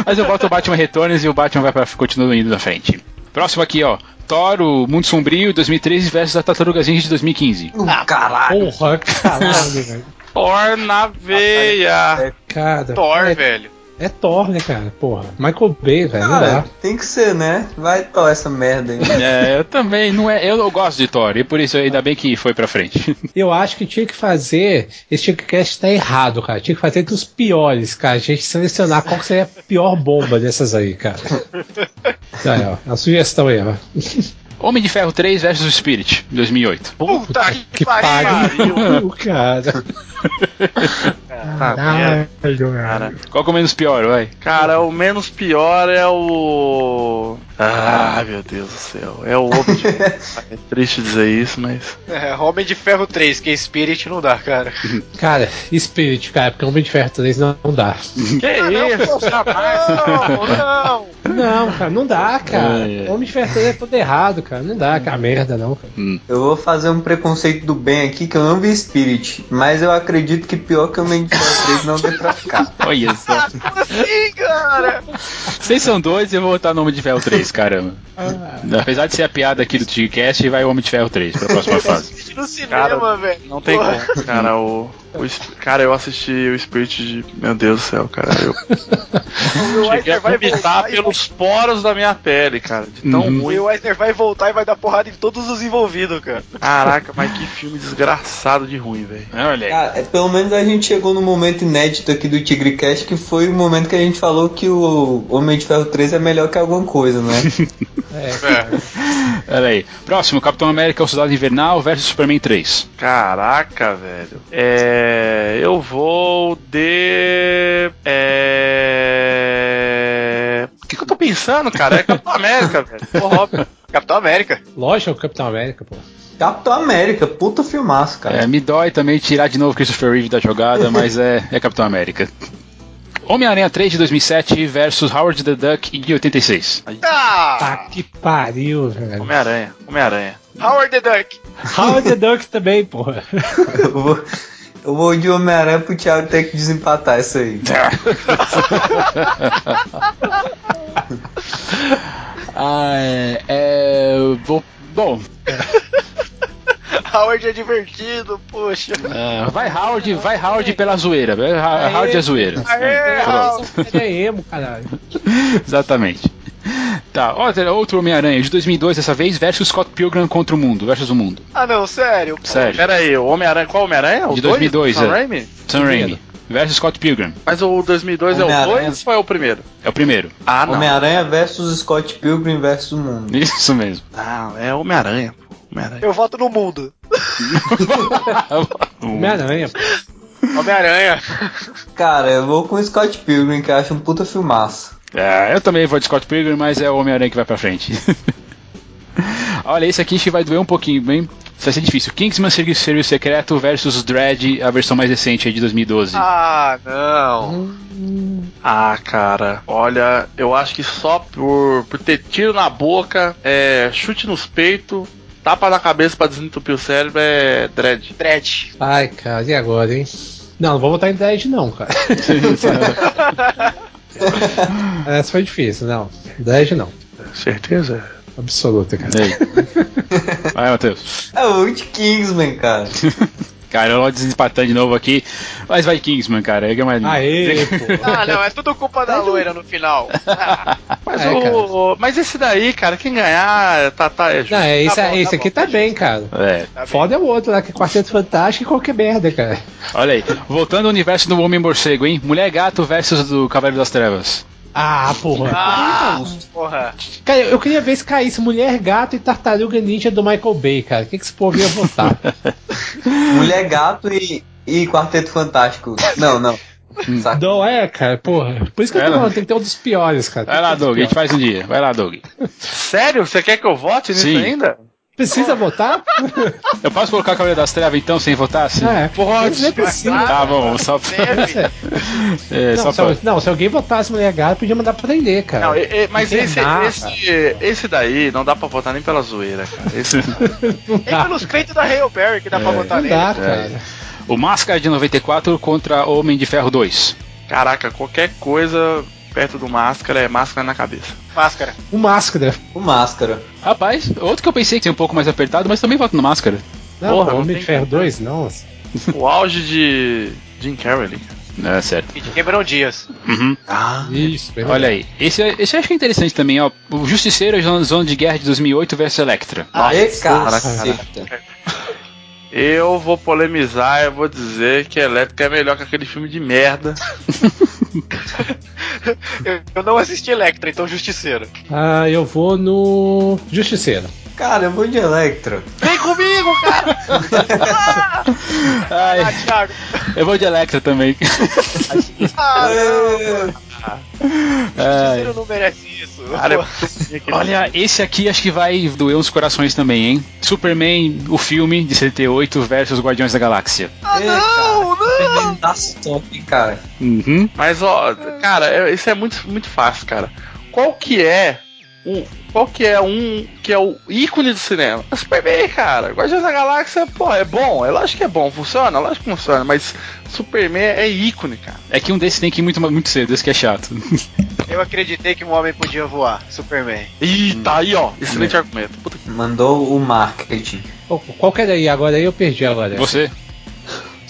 Mas eu boto o Batman Returns e o Batman vai pra, continua indo na frente. Próximo aqui, ó. Thor, o Mundo Sombrio, 2013 versus a Tartaruga Ninja de 2015. Uh, Ah. caralho. Porra, caralho, velho. Thor na veia! Cara, Thor, é, velho. é Thor, né, cara? Porra. Michael Bay, velho. Não Cara, dá. tem que ser, né? Vai Thor essa merda aí. É, eu também, não é. Eu, eu gosto de Thor, e por isso ainda bem que foi pra frente. Eu acho que tinha que fazer. Esse Chickcast tá errado, cara. Tinha que fazer entre os piores, cara. A gente selecionar qual que seria a pior bomba dessas aí, cara. Tá Aí, ó. A sugestão aí, ó. Homem de Ferro 3 versus o Spirit, 2008. Puta Que pariu, cara. merda, Caralho, cara. Qual que é o menos pior, vai? Cara, o menos pior é o. Ah, meu Deus do céu. É o Obed. é triste dizer isso, mas. É, Homem de Ferro 3, que é Spirit não dá, cara. Cara, Spirit, cara, porque Homem de Ferro 3 não, não dá. Que isso? Não, Ah, não. Não, cara, não dá, cara. É, é. Homem de Ferro 3 é todo errado, cara. Não dá, cara. Merda, não, cara. Eu vou fazer um preconceito do bem aqui, que eu não vi Spirit, mas eu acredito que pior que o Homem de Ferro 3 não deu pra ficar. Olha só. Como assim, cara? Vocês são dois e eu vou botar no Homem de Ferro 3, caramba. Apesar de ser a piada aqui do Tigcast, vai o Homem de Ferro 3 pra próxima fase. No cinema, Cara, velho. Não tem como, cara. O, o Sp- cara, eu assisti o Spirit de. Meu Deus do céu, cara. Eu O cheguei a Eisner vai vomitar voltar e pelos poros da minha pele, cara. De tão Uhum. o ruim. Will Eisner vai voltar e vai dar porrada em todos os envolvidos, cara. Caraca, mas que filme desgraçado de ruim, velho. né, Olha aí. Cara, é, pelo menos a gente chegou no momento inédito aqui do Tigre Cash, que foi o momento que a gente falou que o Homem de Ferro 3 é melhor que alguma coisa, né? É. Olha aí. Próximo, Capitão América, o Soldado Invernal versus Superman 3. Caraca, velho. É. Eu vou de. É. O que, que eu tô pensando, cara? É Capitão América, velho. Ô, Robin. Capitão América. Lógico, Capitão América, pô. Capitão América, puta filmaço, Tá. cara. É, me dói também tirar de novo Christopher Reeve da jogada, mas é, é Capitão América. é Homem-Aranha 3 de 2007 versus Howard the Duck de 86. Ah! Tá que pariu, velho. Homem-Aranha, Homem-Aranha. Howard the Duck. Howard the Duck também, porra. Eu vou, eu vou de Homem-Aranha pro Thiago ter que desempatar isso aí. Ah, é. é vou, bom, Howard é divertido, poxa. ah, vai Howard, vai Howard pela zoeira. Vai Ha- Aê. Howard é zoeira. Aê, Howard. Ele é emo, caralho. Exatamente. Tá, outra- outro Homem-Aranha de 2002 dessa vez versus Scott Pilgrim contra o mundo, versus o mundo. Ah, não, sério. Sério. Pera aí, o Homem-Aranha, qual Homem-Aranha? O De dois? 2002, Sam é. Raimi? Sam Raimi versus Scott Pilgrim. Mas o 2002 é o Homem-Aranha. 2 ou é o primeiro? É o primeiro. Ah, não. Homem-Aranha versus Scott Pilgrim versus o mundo. Isso mesmo. Não, é Homem-Aranha. pô. Homem-Aranha. Eu voto no mundo. Homem-Aranha, pô. Homem-Aranha. Cara, eu vou com o Scott Pilgrim, que eu acho um puta filmaço. É, eu também vou de Scott Pilgrim, mas é o Homem-Aranha que vai pra frente. Olha, esse aqui acho que vai doer um pouquinho, bem. Vai ser difícil. Kingsman Ser- Serviço Secreto versus Dread, a versão mais recente aí de 2012. Ah, não. Ah, cara. Olha, eu acho que só por, por ter tiro na boca, é, chute nos peitos, tapa na cabeça pra desentupir o cérebro é dread. Dredd. Ai, cara, e agora, hein? Não, não vou votar em Dread, não, cara. Essa foi difícil, não. Dread, não. Certeza? Absoluta, cara. Aí. Vai, Matheus. É o de Kingsman, cara. Cara, eu vou desempatar de novo aqui. Mas vai Kingsman, cara. É que é mais... Aê, pô. Ah, não, é tudo culpa da loira no final. Mas, É, o, mas esse daí, cara, quem ganhar tá, tá é justo. Não, é, esse, Tá bom, esse tá aqui bom, tá tá bem, cara. É. Tá bem. Foda é o outro lá, que é Quarteto Fantástico e qualquer merda, cara. Olha aí. Voltando ao universo do Homem Morcego, hein? Mulher Gato versus do Cavaleiro das Trevas. Ah, porra. Ah, porra. Cara, eu queria ver se caísse Mulher Gato e Tartaruga Ninja do Michael Bay, cara. O que, que esse povo ia votar? Mulher Gato e, e Quarteto Fantástico. Não, não. Saca. não é, cara, porra. Por isso que eu tô Ela- falando, tem que ter um dos piores, cara. Vai lá, Doug. A gente faz um dia. Vai lá, Doug. Sério? Você quer que eu vote nisso Sim. ainda? Precisa votar? Eu posso colocar o Cavaleiro das Trevas, então, sem votar? Sim. É. Pode, Não é possível. Tá bom, só Deve. É, Não, só se, pra... al- não, se alguém votasse mulher gata, podia mandar prender, cara. Não, e- e- mas esse, Internar, esse, esse daí não dá pra votar nem pela zoeira, cara. Esse, Nem pelos peitos da Hail Berry que dá pra botar Não nele. dá, cara. O Máscara de 94 contra Homem de Ferro 2. caraca, qualquer coisa perto do máscara é máscara na cabeça. Máscara. O máscara. O Máscara. Rapaz, outro que eu pensei que seria um pouco mais apertado, mas também voto no Máscara. Não, Porra, Homem não tem de Ferro 2, não. O auge de Jim Carrey. ali. É, certo. E de Cameron Dias. Uhum. Isso, bem Olha aí. Esse, esse eu acho que é interessante também, ó. O Justiceiro Zona- Zona de Guerra de 2008 versus Electra. Aê, cara. caceta. Eu vou polemizar, eu vou dizer que Elétrica é melhor que aquele filme de merda. Eu, eu não assisti Electra, então Justiceiro. Ah, eu vou no. Justiceiro. Cara, eu vou de Electra. Vem comigo, cara! Ai, Ah, Thiago. eu vou de Electra também. Ah, não. Aê. Ai. Justiceiro não merece isso. Cara, é Pô. muito ruim aquele Olha, esse aqui acho que vai doer uns corações também, hein? Superman, o filme de 78 versus Guardiões da Galáxia. Ah, Ei, não, não! Tá top, cara. Uhum. Mas ó, cara, é- isso é muito, muito fácil, cara. Qual que é um, qual que é um que é o ícone do cinema? É Superman, cara. Guardiões da Galáxia, pô, é bom. É lógico que é bom, funciona, lógico que funciona, mas Superman é ícone, cara. É que um desses tem que ir muito, muito cedo, esse que é chato. Eu acreditei que um homem podia voar. Superman. Ih, tá aí, ó. Hum. Excelente argumento. Puta que Mandou o marketing. Ô, Qual que era aí? Agora aí eu perdi agora. Você?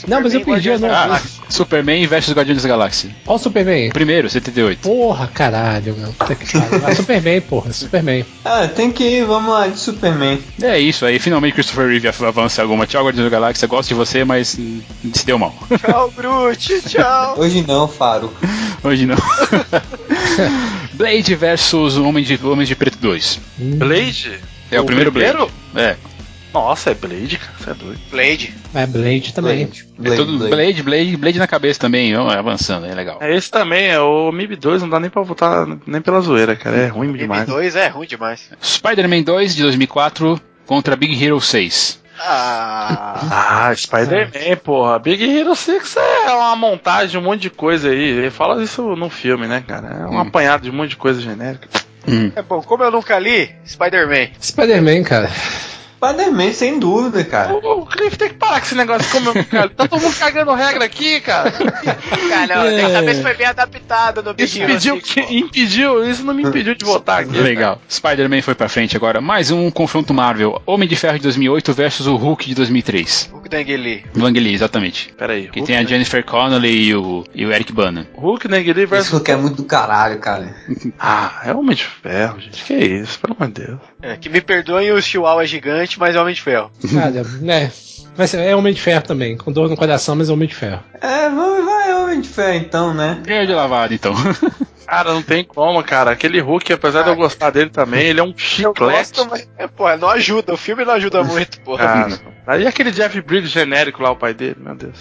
Não, mas eu Superman, perdi. Eu Guardiões não... da Olha Galáxia. Superman versus Guardiões da Galáxia. o Superman. Primeiro, 78. Porra, caralho, meu. Puta que pariu. Ah, Superman, porra, Superman. Ah, tem que ir, vamos lá, de Superman. É isso aí, finalmente Christopher Reeve av- avança alguma. Tchau, Guardiões da Galáxia, gosto de você, mas hum, se deu mal. Tchau, Groot. Tchau. Hoje não, Faro. Hoje não. Blade versus Homem de, Homem de Preto 2. Hum, Blade? É o, primeiro Blade. É, Nossa, é Blade, cara. Você é doido. Blade. Mas é, Blade também. Blade, é todo Blade, Blade, Blade na cabeça também, ó, avançando, é legal. É, Esse também, é o MIB 2, não dá nem pra votar nem pela zoeira, cara. É ruim demais. M2 é ruim demais. Spider-Man 2 de 2004 contra Big Hero 6. Ah, Ah, Spider-Man, porra. Big Hero 6 é uma montagem de um monte de coisa aí. Ele fala isso no filme, né, cara? É um Hum. apanhado de um monte de coisa genérica. é bom, como eu nunca li, Spider-Man. Spider-Man, cara. Spider-Man, sem dúvida, cara. O, o Cliff tem que parar com esse negócio de comer cara. Tá todo mundo cagando regra aqui, cara. Cara, não, tem que saber se foi bem adaptado no Isso Big Hero impediu, 6, que- pô. impediu, isso não me impediu de votar aqui. Legal. É, Spider-Man foi pra frente agora. Mais um confronto Marvel. Homem de Ferro de 2008 versus o Hulk de 2003. Hulk Dang Lee. Lang Lee, exatamente. Pera aí. Que tem a Hulk- Jennifer Connelly e o, e o Eric Bana. Hulk Negri Esse versus. Hulk é muito do caralho, cara. Ah, é Homem de Ferro, gente. Que isso, pelo amor de Deus. É, que me perdoem o Chihuahua gigante, mas é Homem de Ferro. Olha, né? Mas é Homem de Ferro também, com dor no coração, mas é Homem de Ferro. É, vamos, vai, Homem de Ferro então, né? Ganhou de lavada, então. Cara, não tem como, cara. Aquele Hulk, apesar de eu gostar dele também, ele é um Eu chiclete. gosto, mas é, pô, não ajuda. O filme não ajuda muito, pô. Cara, aí aquele Jeff Briggs genérico lá, o pai dele, meu Deus.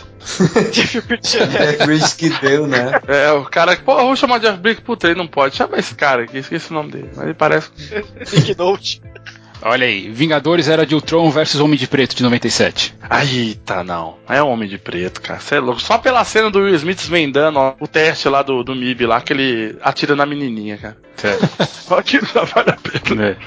É Bridge que deu, né? É, o cara que, pô, eu vou chamar Jeff Briggs, puta, ele não pode. Chama esse cara aqui, esqueci o nome dele. Mas ele parece. Nick Note. Olha aí. Vingadores era de Ultron versus Homem de Preto de 97. Aí, tá, não. É um homem de preto, cara. Você é louco. Só pela cena do Will Smith vendando ó, o teste lá do, do MIB lá, que ele atira na menininha, cara. Certo. Só que não vale a pena.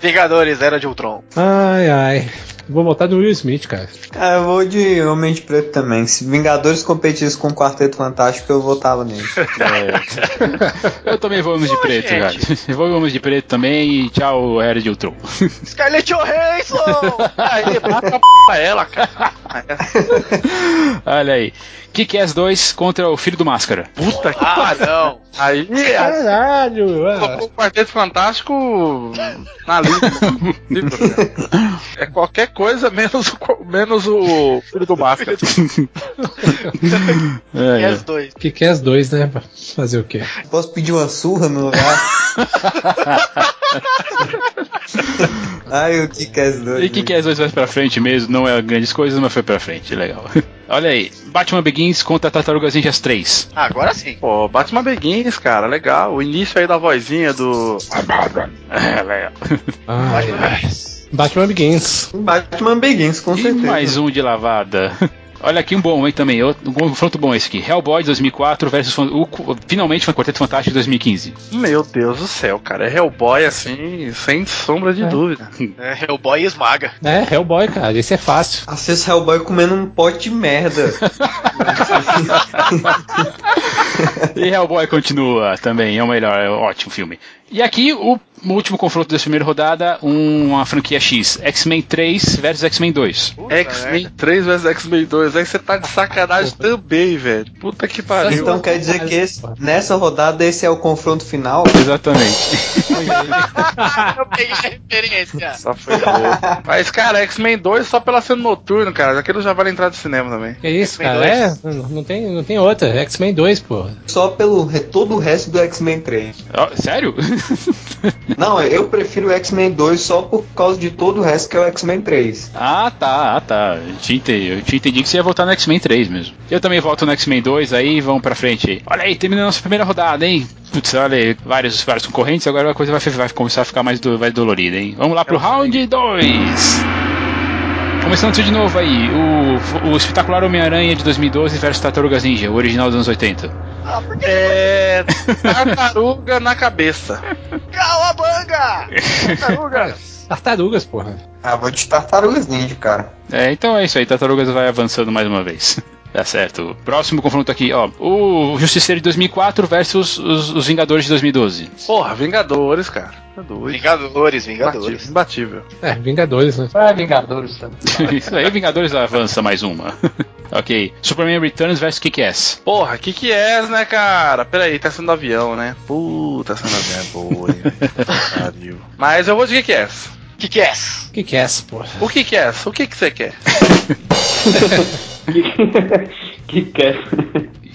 Vingadores, Era de Ultron. Ai, ai. Vou voltar do Will Smith, cara. Ah, eu vou de Homem de Preto também. Se Vingadores competisse com o Quarteto Fantástico, eu votava nele. É. Eu também vou Homem de Preto, gente. cara. Eu vou Homem de Preto também e tchau, Era de Ultron. Scarlett Johansson! Aí, mata a p ela, cara. Olha aí. Kick-Ass 2 contra o Filho do Máscara. Puta que Ah, pariu. não. Aí, aí Caralho! ah. colocou o Quarteto Fantástico na lista. é qualquer coisa menos, o co- menos o filho do Máscara. É, E é. as dois. Que quer as dois, né? Fazer o quê? Posso pedir uma surra no lugar? Ai, o é que quer as dois? E que que as duas vai pra frente mesmo, não é grandes coisas, mas foi pra frente, legal. Olha aí, Batman Begins contra Tartarugas Ninjas 3. Ah, agora sim. Pô, Batman Begins, cara, legal. O início aí da vozinha do. É, legal. Ai, Batman ai. Batman Begins. né? Um Batman Begins, com E certeza. mais um de lavada. Olha aqui um bom, hein, também. Outro- Um confronto bom esse aqui. Hellboy 2004 versus fan- o, cu- finalmente o Quarteto Fantástico de 2015. Meu Deus do céu, cara. É Hellboy assim, sem sombra de dúvida. É, o boy esmaga. É, Hellboy, cara. Esse é fácil. Acesso Hellboy comendo um pote de merda. E Hellboy continua também, é o melhor, é um ótimo filme. E aqui o último confronto dessa primeira rodada, um- uma franquia X, X-Men 3 versus X-Men 2. Puta merda. X-Men 3 vs X-Men 2. Aí você tá de sacanagem também, velho. Puta que pariu. então quer dizer que esse- nessa rodada esse é o confronto final? Exatamente. Eu peguei a referência. Só Tá, foi louco. Mas, cara, X-Men 2 só pela cena noturno, cara. Aquilo já vale entrar no cinema também. É isso, X-Men cara. É, não não tem, não tem outra. X-Men 2, pô. Só pelo re- todo o resto do X-Men 3. Ó, Sério? Não, eu prefiro o X-Men 2 só por causa de todo o resto que é o X-Men 3. Ah, tá, ah, tá. Eu te entendi, eu te entendi que você ia voltar no X-Men 3 mesmo. Eu também volto no X-Men 2, aí vamos pra frente. Olha aí, terminando a nossa primeira rodada, hein? Putz, olha aí, vários, vários concorrentes, agora a coisa vai, fi- vai começar a ficar mais, do, mais dolorida, hein? Vamos lá pro round 2. Começando tudo de novo aí, o, o espetacular Homem-Aranha de 2012 versus Tartarugas Ninja, o original dos anos 80. É. Tartaruga na cabeça. Calabanga! Tartaruga. Tartarugas, porra. Ah, vou de Tartarugas Ninja, cara. É, então é isso aí, Tartarugas vai avançando mais uma vez. Tá certo. Próximo confronto aqui, ó. O Justiceiro de 2004 versus os, os Vingadores de 2012. Porra, Vingadores, cara. Vingadores. Vingadores, Vingadores. Imbatível. imbatível. É, Vingadores, né? Ah, Vingadores também. Isso aí, Vingadores avança mais uma. ok. Superman Returns vs Kick-Ass. Porra, que que é, né, cara? Pera aí, tá sendo avião, né? Puta, sendo avião é boa, hein? Puta pariu. Mas eu vou de que que é? Que que é? O que, que é essa, porra? O que que é? O que que você quer? que quer?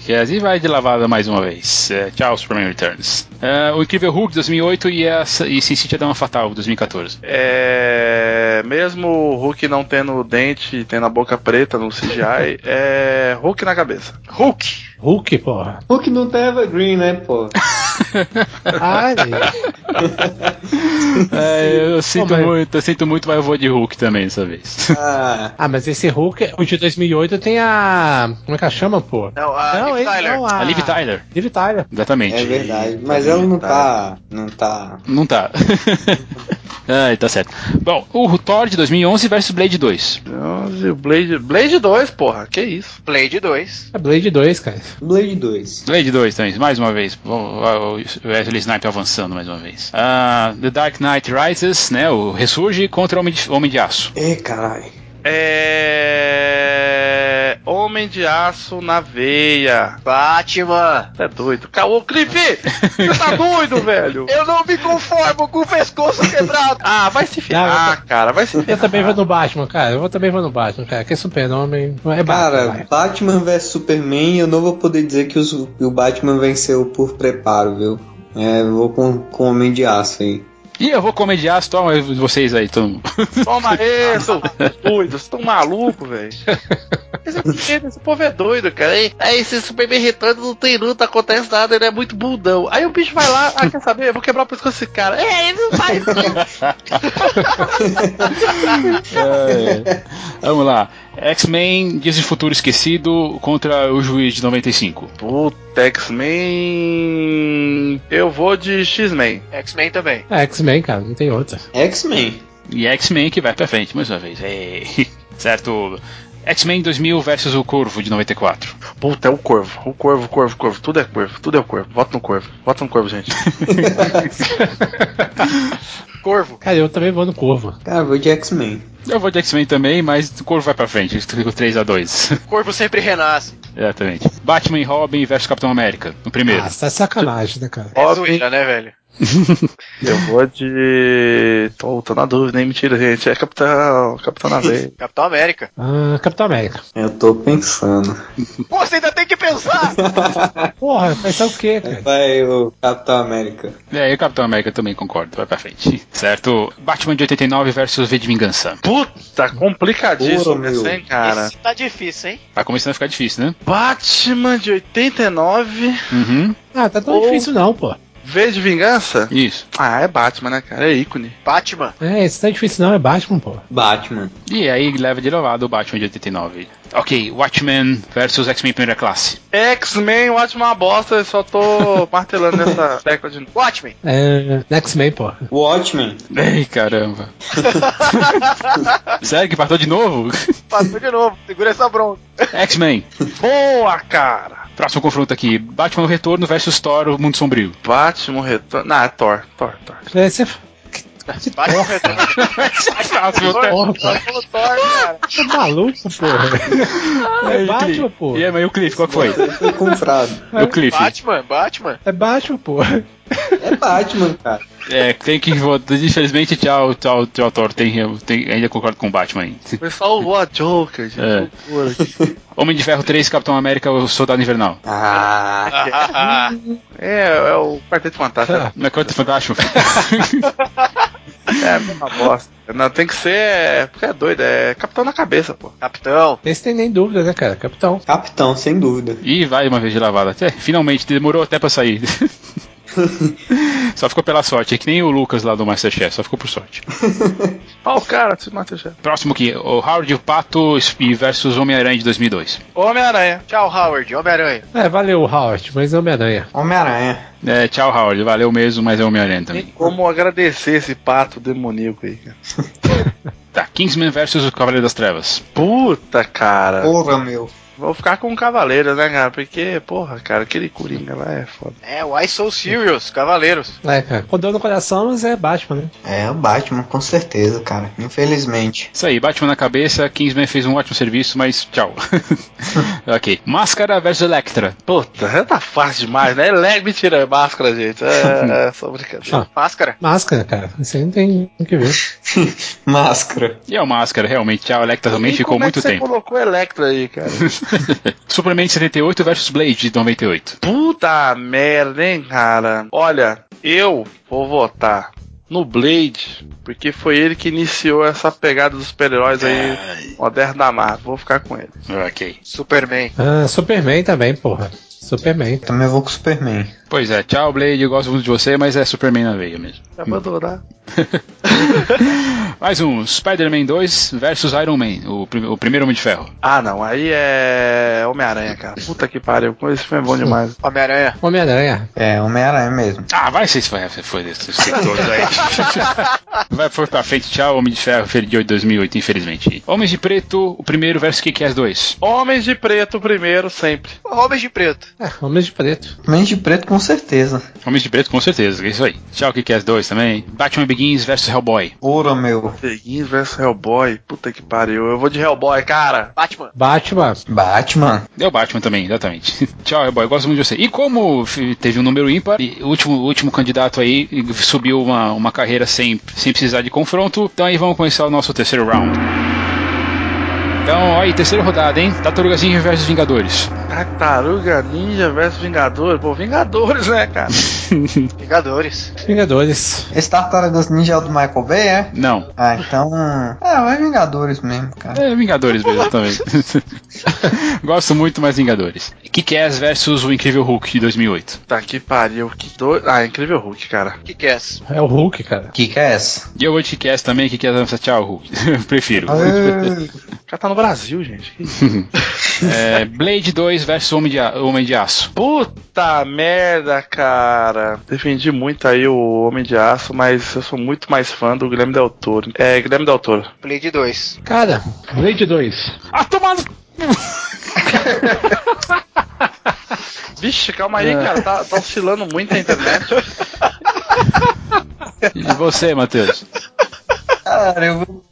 Kick-Ass é e vai de lavada mais uma vez. É, tchau, Superman Returns. Ah, o Incrível Hulk 2008 e, a, e Sin City a Dama Fatal 2014. É. Mesmo o Hulk não tendo dente e tendo a boca preta no CGI, é. Hulk na cabeça. Hulk, porra. tá Hulk não tem Evergreen, né, pô? Ai, É, eu sinto mas- muito, eu sinto muito, mas eu vou de Hulk também dessa vez. Ah, Ah, mas esse Hulk, o de 2008 tem a. Como é que ela chama, pô? Não, a não, Ah, Liv ele- Tyler. não, a. A Liv Tyler, Liv Tyler. exatamente. Ah. é verdade. Mas ela não tá. Não tá. Não tá. Ai, tá certo. Bom, o Thor de 2011 versus Blade 2. Nossa, o Blade, Blade 2, porra, que isso. Blade 2. É Blade 2, cara. Blade 2. Blade 2 também, mais uma vez. O- O o Wesley Snipe avançando mais uma vez. Ah, The Dark Knight Rises, né? O Ressurge contra o Homem de, Homem de Aço. Ê, caralho. É. Homem de aço na veia. Batman. Você é doido. Caô, Clipe! Você tá doido, velho? Eu não me conformo com o pescoço quebrado. Ah, vai se Não, ferrar, cara. Vai se Eu ferrar. também vou no Batman, cara. Eu vou- também vou no Batman, cara. Que é super-homem. É Batman. Cara, vai. Batman vs Superman, eu não vou poder dizer que os- que o Batman venceu por preparo, viu? É, eu vou com, com Homem de Aço aí. E eu vou com o Homem de Aço, toma vocês aí, todo mundo. Toma isso, doido. Vocês tão maluco, velho. Esse, esse povo é doido, cara. Aí, aí esse Superman retorno não tem luta, acontece nada, ele é muito bundão. Aí o bicho vai lá, ah, quer saber? Eu vou quebrar o pescoço desse cara. É, ele não faz isso. É. Vamos lá. X-Men, Dias de Futuro Esquecido contra o Juiz de 95. Puta, X-Men. Hum, Eu vou de X-Men. X-Men também. É X-Men, cara. Não tem outra. X-Men. E X-Men que vai pra frente, mais uma vez. Ei. Certo. X-Men 2000 versus o Corvo de 94. Puta, é o corvo. O corvo, corvo, corvo. Tudo é corvo, tudo é corvo. Vota no corvo. Vota no corvo, gente. Corvo. Cara, eu também vou no Corvo. Cara, eu vou de X-Men. Eu vou de X-Men também, mas o Corvo vai pra frente. 3x2. Corvo sempre renasce. Exatamente. Batman e Robin versus Capitão América. O primeiro. Ah, você tá de sacanagem, né, cara? É Óbvio. zoeira, né, velho? Eu vou de. Tô, tô na dúvida, nem mentira, gente. É Capitão. Capitão na veia. Capitão América. Ah, Capitão América. Eu tô pensando. Pô, você ainda tem que pensar! Porra, vai ser o quê, cara? Vai o Capitão América. É, e o Capitão América também concordo. Vai pra frente. Certo. Batman de 89 versus V de Vingança. Puta, complicadíssimo Porra, esse, meu. hein, cara. Esse tá difícil, hein? Tá começando a ficar difícil, né? Batman de 89. Uhum. Ah, tá tão Ou- difícil não, pô. V de vingança? Isso. Ah, é Batman, né, cara? É ícone. Batman. É, esse tá difícil não, é Batman, pô. Batman. E aí leva de levado o Batman de 89. Ok, Watchmen versus X-Men Primeira Classe. X-Men, o Batman é uma bosta, eu só tô martelando nessa tecla de. Watchmen. É, X-Men, pô. Watchmen. Ei, caramba. Sério que partou de novo? Passou de novo. Segura essa bronca. X-Men. Boa, cara! Próximo confronto aqui. Batman o Retorno versus Thor, o Mundo Sombrio. Batman retorno. Não, é Thor, Thor, Thor. É, você... Batman retorno. Ah, Porra, pô. Thor, cara. Tá maluco, porra. É Batman, pô. E aí, mas e o Cliff, qual que foi? Eu tô comprado. E o Cliff. Batman, Batman. É Batman, pô. É Batman, cara. É, tem que votar. Infelizmente, tchau, tchau, tchau, Thor. Tem, tem- ainda concordo com o Batman aí. O pessoal voou a Joker, gente. É. Homem de Ferro 3, Capitão América, o Soldado Invernal. Ah, É, é o Quarteto Fantástico. Não é quanto fantástico? É, é uma bosta. Não, tem que ser. Porque é doido, é capitão na cabeça, pô. Capitão. Esse tem nem dúvida, né, cara? Capitão. Capitão, sem dúvida. E vai uma vez de lavada. Até, finalmente, demorou até pra sair. só ficou pela sorte. É que nem o Lucas lá do Masterchef, só ficou por sorte. Ó, o cara, se mata já. Próximo aqui, o Howard e o Pato e versus Homem-Aranha de 2002. Homem-Aranha. Tchau, Howard. Homem-Aranha. É, valeu, Howard, mas é Homem-Aranha. Homem-Aranha. É, tchau, Howard. Valeu mesmo, mas é Homem-Aranha Tem também. como agradecer esse pato demoníaco aí, cara. Tá, Kingsman versus o Cavaleiro das Trevas. Puta, cara. Porra, meu. Vou ficar com o Cavaleiro, né, cara? Porque, porra, cara, aquele Coringa lá é foda. É, Why So Serious, Cavaleiros. É, cara. Com dor no coração, mas é Batman, né? É o Batman, com certeza, cara. Infelizmente. Isso aí, Batman na cabeça, Kingsman fez um ótimo serviço, mas tchau. ok. Máscara versus Electra. Puta, já tá fácil demais, né? Leg, mentira, é máscara, gente. É, é só brincadeira. Máscara. Máscara, cara. Isso aí não tem o que ver. Máscara. E é o Máscara, realmente. Tchau, Electra também E ficou como é muito que tempo. Você colocou Electra aí, cara. Superman de 78 versus Blade de 98. Puta merda, hein, cara. Olha, eu vou votar no Blade, porque foi ele que iniciou essa pegada dos super-heróis aí, moderno da Marvel. Vou ficar com ele. Ok. Superman. Ah, Superman também, porra. Superman. Também vou com o Superman. Pois é, tchau, Blade, eu gosto muito de você, mas é Superman na veia mesmo. Abandonar. Mais um, Spider-Man 2 versus Iron Man, o, prim- o primeiro Homem de Ferro. Ah, não. Aí é Homem-Aranha, cara. Puta que pariu. Esse filme é bom demais. Homem-Aranha. Homem-Aranha. É, Homem-Aranha mesmo. Ah, vai ser se vai foi desses setores aí. vai foi pra frente, tchau, Homem de Ferro, feira de 2008, infelizmente. Homens de Preto, o primeiro versus Kick-Ass 2. Homens de Preto primeiro, sempre. Homens de preto. É, Homem de Preto. Homem de preto com certeza. Homens de Preto, com certeza, é isso aí. Tchau, Kick-Ass 2 também. Batman Begins versus Hellboy. Ouro, meu. Peguinhos versus Hellboy. Puta que pariu. Eu vou de Hellboy, cara. Batman. Batman. Batman. Deu Batman também, exatamente. Tchau, Hellboy, gosto muito de você. E como f- teve um número ímpar, e o último, o último candidato aí subiu uma, uma carreira sem, sem precisar de confronto, então aí vamos começar o nosso terceiro round. Então, ó aí, terceira rodada, hein? Tartarugas Ninja versus Vingadores. Tartaruga Ninja versus Vingadores. Pô, Vingadores, né, cara? Vingadores. Vingadores. Esse Tartarugas Ninja é o do Michael Bay, é? Não. Ah, então. Ah, vai Vingadores mesmo, cara. É Vingadores mesmo também. Gosto muito mais Vingadores. Kick-Ass versus o Incrível Hulk de 2008. Puta que pariu. Que doido. Ah, incrível Hulk, cara. Que que é É o Hulk, cara. Que que é essa? E eu vou de Kick-Ass também, Kick-Ass... Tchau, Hulk. Prefiro. O cara tá no Brasil, gente. Que- É, Blade 2 versus Homem de, A- Homem de Aço. Puta merda, cara. Defendi muito aí o Homem de Aço, mas eu sou muito mais fã do Guilherme Del Toro. É, Guilherme Del Toro. Blade 2. Cara, Blade 2. Ah, tomado! Vixe, calma aí, cara. Tá, tá oscilando muito a internet. E você, Matheus? Cara, eu vou.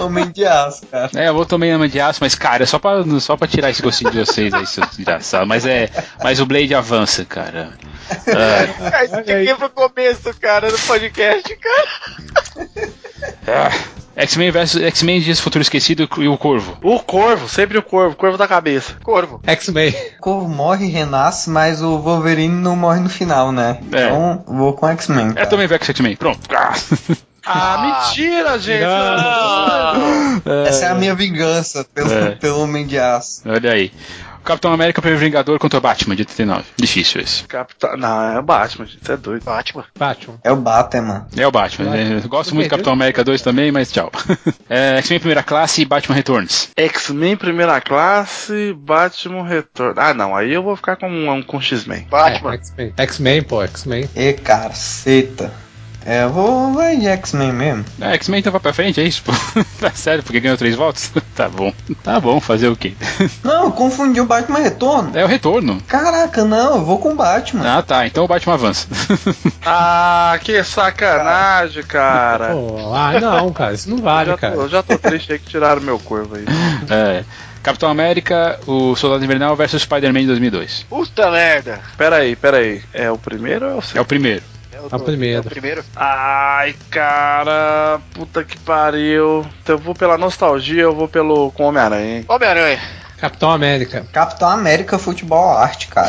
Homem de aço, cara. É, eu vou também Homem de Aço, mas cara, é só pra, só pra tirar esse gostinho de vocês aí, seus desgraçados. Mas é. Mas o Blade avança, cara. Ah, Cara, É, isso aqui foi o começo, cara, do podcast, cara. X-Men versus X-Men Dias do Futuro Esquecido e o Corvo. O Corvo, sempre o Corvo. Corvo da cabeça. Corvo. X-Men. O Corvo morre, renasce, mas o Wolverine não morre no final, né? É. Então, vou com X-Men. É cara. também versus X-Men, pronto. Ah. Ah, mentira, gente. Essa é a minha vingança pelo, É. pelo Homem de Aço. Olha aí. Capitão América primeiro Vingador contra o Batman de 89. Difícil esse. Capitão. Não, é o Batman, gente. Você é doido. Batman. Batman. É o Batman. É o Batman. né? Gosto muito do Capitão América 2 também, mas tchau. É, X-Men Primeira Classe e Batman Returns. X-Men primeira classe, Batman retorno. Ah, não. Aí eu vou ficar com, um, com X-Men. Batman. É, X-Men. X-Men, pô, X-Men. E caceta. É, eu vou. Vai de X-Men mesmo. É, X-Men então vai pra frente, é isso? pô? tá sério, porque ganhou três votos? tá bom. Tá bom, fazer o quê? Não, eu confundi o Batman Retorno. É o retorno. Caraca, não, eu vou com o Batman. Ah, tá. Então o Batman avança. Ah, que sacanagem, cara. Pô, ah, não, cara. Isso não É. vale, já tô- cara. eu já tô triste aí que tiraram meu corvo aí. É, Capitão América, o Soldado Invernal versus Spider-Man de 2002. Puta merda. Pera aí, pera aí. É o primeiro ou é o segundo? É o primeiro. É A do- primeira. é o primeiro. Ai, cara. Puta que pariu. Então eu vou pela nostalgia, eu vou pelo com Homem-Aranha. hein? Homem-Aranha. Capitão América. Capitão América Futebol Arte, cara.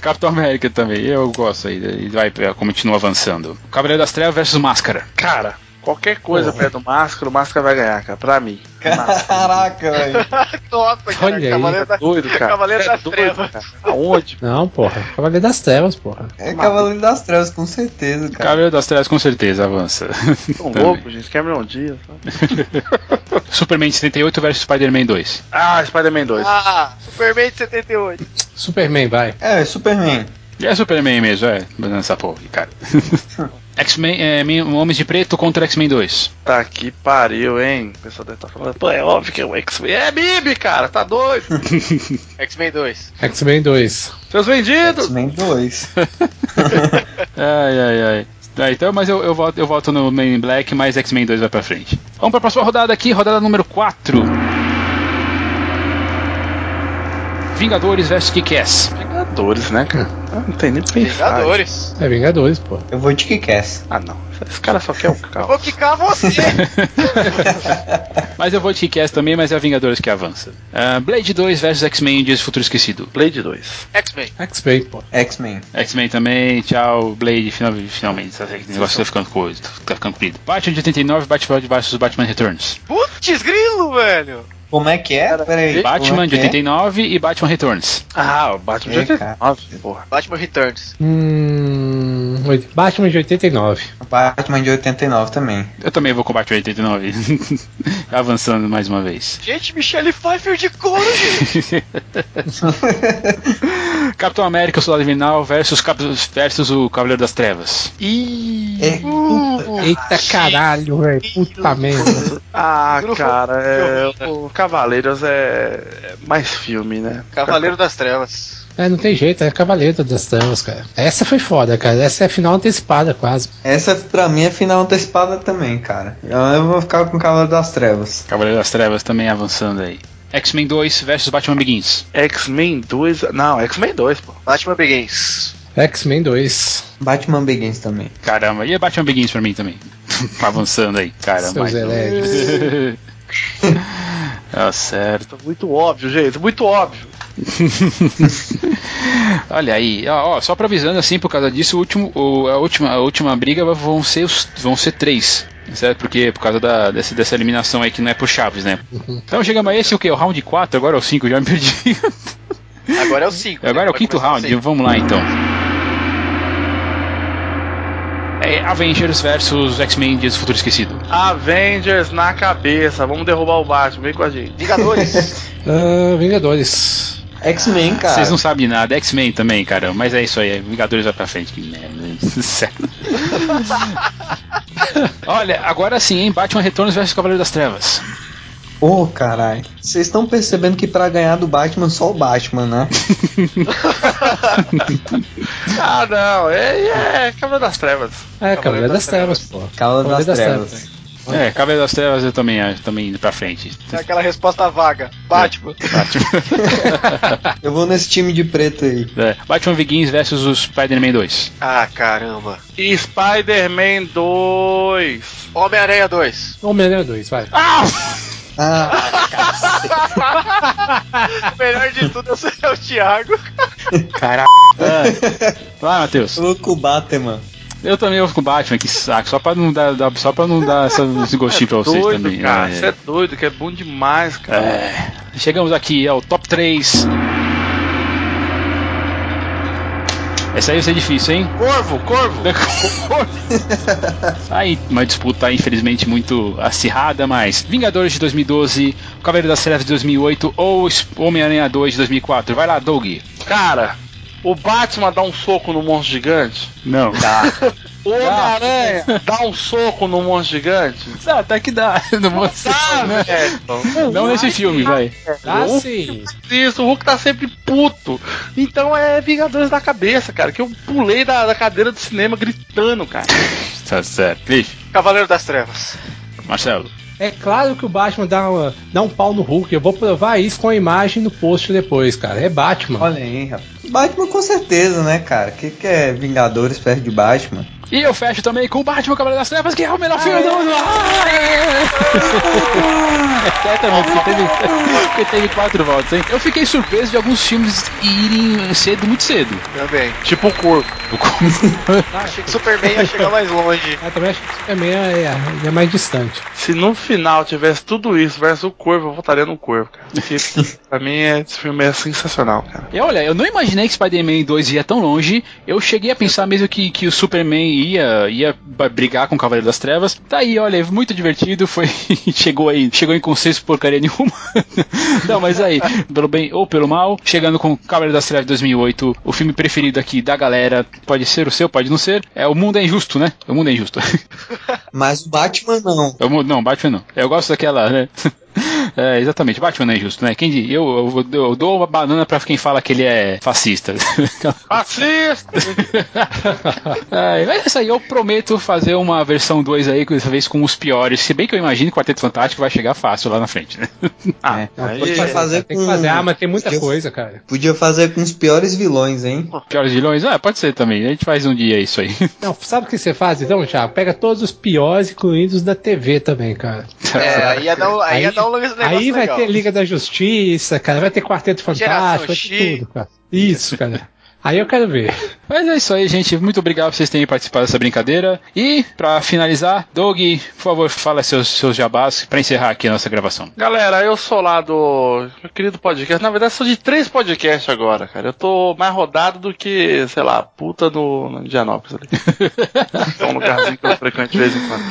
Capitão América também, eu gosto aí. Ele vai, continua avançando. Cavaleiro das Trevas versus Máscara. Cara, qualquer coisa perto do Máscara, o Máscara vai ganhar, cara. Pra mim. Caraca, velho. Nossa, cara. Olha aí. Cavaleiro, da... Tá Doido, cara. Cavaleiro das doido, Trevas. Aonde? Não, porra. Cavaleiro das Trevas, porra. É Cavaleiro das Trevas, com certeza, cara. Cavaleiro das Trevas com certeza avança. Tão Também. Tá um louco, gente. Cameron Diaz. tá? Superman de 78 versus Spider-Man 2. Ah, Spider-Man 2. Ah, Superman de 78. Superman, vai. É, Superman. E é Superman mesmo, é. Nessa porra, aqui, cara. X-Men, é, Mi- Homens de Preto contra X-Men 2. Tá que pariu, hein? O pessoal deve estar falando. Pô, é óbvio que é o X-Men. É Bibi, cara. Tá doido. X-Men 2. X-Men 2. Seus vendidos. X-Men 2. Ai, ai, ai. Tá, então, mas eu, eu, voto, eu voto no Man in Black, mas X-Men 2 vai pra frente. Vamos pra próxima rodada aqui, rodada número 4. Vingadores vs Kick-Ass. Vingadores, né, cara? Ah, Não tem nem pra pensar. Vingadores. É Vingadores, pô. Eu vou de Kick-Ass. Ah, não. Esse cara só quer o carro. Vou quicar você. Mas eu vou de Kick-Ass também, mas é a Vingadores que avança. Ah, Blade 2 vs X-Men Dias do Futuro Esquecido. Blade 2. X-Men. X-Men, pô. X-Men. X-Men também, tchau, Blade, final- finalmente. Esse negócio tá ficando coisa, tá ficando comprido. Batman de 89, Batman vs Batman Returns. Putz, grilo, velho. Como é que é? Peraí. como Batman é de que é? 89 e Batman Returns. Ah, o Batman de É, cara. 89, porra. Batman Returns. Hum, oit- Batman de 89. Batman de 89 também. Eu também vou com o Batman de 89. Avançando mais uma vez. Gente, Michelle Pfeiffer de couro, gente. Capitão América, o Soldado Invernal versus, Cap- versus o Cavaleiro das Trevas. Ih! É, Eita caralho, velho. Puta merda. Ah, Não, cara, é, o Cavaleiros é, é mais filme, né? Cavaleiro das Trevas. É, não tem jeito, é Cavaleiro das Trevas, cara. Essa foi foda, cara. Essa é a final antecipada, quase. Essa pra mim é final antecipada também, cara. Eu vou ficar com o Cavaleiro das Trevas. Cavaleiro das Trevas também avançando aí. X-Men 2 versus Batman Begins. X-Men 2. Não, X-Men 2, pô. Batman Begins. X-Men 2. Batman Begins também. Caramba, e é Batman Begins pra mim também. avançando aí, caramba. Seus hereges. Tá certo. Tá Muito óbvio, gente. Muito óbvio. Olha aí, ó, ó, só pra avisando assim, por causa disso, o último, o- a, última, a última briga vão ser, os, vão ser três. Certo? Porque por causa da, desse- dessa eliminação aí que não é por Chaves, né? Então chegamos a esse o quê? O round 4, agora é o 5, já me perdi. Agora é o 5. Agora é o quinto round, assim. vamos lá então. É Avengers versus X-Men Dias do Futuro Esquecido. Avengers na cabeça. Vamos derrubar o Batman. Vem com a gente. Vingadores. Ah, Vingadores. X-Men, cara. Ah, Vocês não sabem nada, X-Men também, cara. Mas é isso aí, Vingadores vai pra frente, que merda. hein? Sério. Olha, agora sim, hein? Batman Retornos versus Cavaleiro das Trevas. Ô, caralho. Vocês estão percebendo que pra ganhar do Batman, só o Batman, né? Ah, não. É, é Cavaleiro das Trevas. É, Cavaleiro das Trevas, pô. Cavaleiro das, Trevas. É, Cavaleiro das Trevas eu também, acho, também indo pra frente. é aquela resposta vaga. Batman. Eu vou nesse time de preto aí. É, Batman Begins versus os Spider-Man 2. Ah, caramba. E Spider-Man 2. Homem-Aranha 2. Homem-Aranha 2, vai. Ah, O melhor de tudo é o Thiago. É. Vai, Matheus. eu vou com o Batman. Eu também vou com o Batman, que saco. Só pra não dar, dar- só pra não dar essa- esse gostinho pra vocês É doido, também. cara. né? Você é doido, que é bom demais, cara. É. Chegamos aqui ao top 3. Essa aí vai ser difícil, hein? Corvo, corvo. Aí, uma disputa infelizmente muito acirrada, mas Vingadores de 2012, Cavaleiro das Trevas de 2008 ou Es- Homem-Aranha 2 de 2004. Vai lá, Doug. Cara, o Batman dá um soco no monstro gigante. Não. O Homem-Aranha dá um soco no monstro gigante. Tá, até que dá. Não, vou Tá, velho. não nesse filme, vai. Ah, sim. Isso, o Hulk tá sempre puto. Então é Vingadores da cabeça, cara. Que eu pulei da, da cadeira do cinema gritando, cara. Tá certo. Cliff, Cavaleiro das Trevas. Marcelo. É claro que o Batman dá, uma- dá um pau no Hulk. Eu vou provar isso com a imagem no post depois, cara. É Batman. Olha aí, rapaz. Batman com certeza, né, cara? O que, que é Vingadores perto de Batman? E eu fecho também com o Batman Cavaleiro das Trevas, que é o melhor filme do mundo. Ah, é. Exatamente, porque teve, porque teve quatro votos, hein? Eu fiquei surpreso de alguns filmes irem cedo, muito cedo. Também. Tipo o corvo. Achei que Superman ia chegar mais longe. Ah, também acho que o Superman é, é- é mais distante. Se no final tivesse tudo isso versus o corvo, eu votaria no corvo, cara. Porque pra mim é- esse filme é sensacional, cara. E olha, eu não imaginei que Spider-Man 2 ia tão longe. Eu cheguei a pensar mesmo que, que o Superman ia, ia ba- brigar com o Cavaleiro das Trevas. Tá aí, olha, muito divertido. Foi, chegou aí, chegou em consenso porcaria nenhuma. não, mas aí, pelo bem ou pelo mal, chegando com Cavaleiro das Trevas 2008, o filme preferido aqui da galera, pode ser o seu, pode não ser. É O Mundo é Injusto, né? O Mundo é Injusto. Mas o Batman não. Eu, mu- não, Batman não. Eu gosto daquela, né? É, exatamente, Batman não é justo, né? Quem di- eu, eu, vou- eu dou uma banana pra quem fala que ele é fascista. Então, Assista! Ai, mas é isso aí, eu prometo fazer uma versão 2 aí, dessa vez com os piores. Se bem que eu imagino que o Quarteto Fantástico vai chegar fácil lá na frente, né? Ah, É, não, podia fazer Tem com- que fazer. Ah, mas tem muita podia- coisa, cara. Podia fazer com os piores vilões, hein? Piores vilões? Ah, pode ser também. A gente faz um dia isso aí. Não, sabe o que você faz então, Thiago? Pega todos os piores, incluindo os da TV também, cara. É, aí ia dar um, aí ia dar um negócio Aí vai legal. ter Liga da Justiça, cara. Vai ter Quarteto Geração Fantástico, vai ter X. tudo, cara. Isso, cara. Aí eu quero ver. Mas é isso aí, gente. Muito obrigado por vocês terem participado dessa brincadeira. E, pra finalizar, Doug, por favor, fala seus, seus jabás pra encerrar aqui a nossa gravação. Galera, eu sou lá do meu querido podcast. Na verdade, sou de três podcasts agora, cara. Eu tô mais rodado do que, sei lá, puta no, no Indianópolis ali. é um lugarzinho que eu frequento de vez em quando.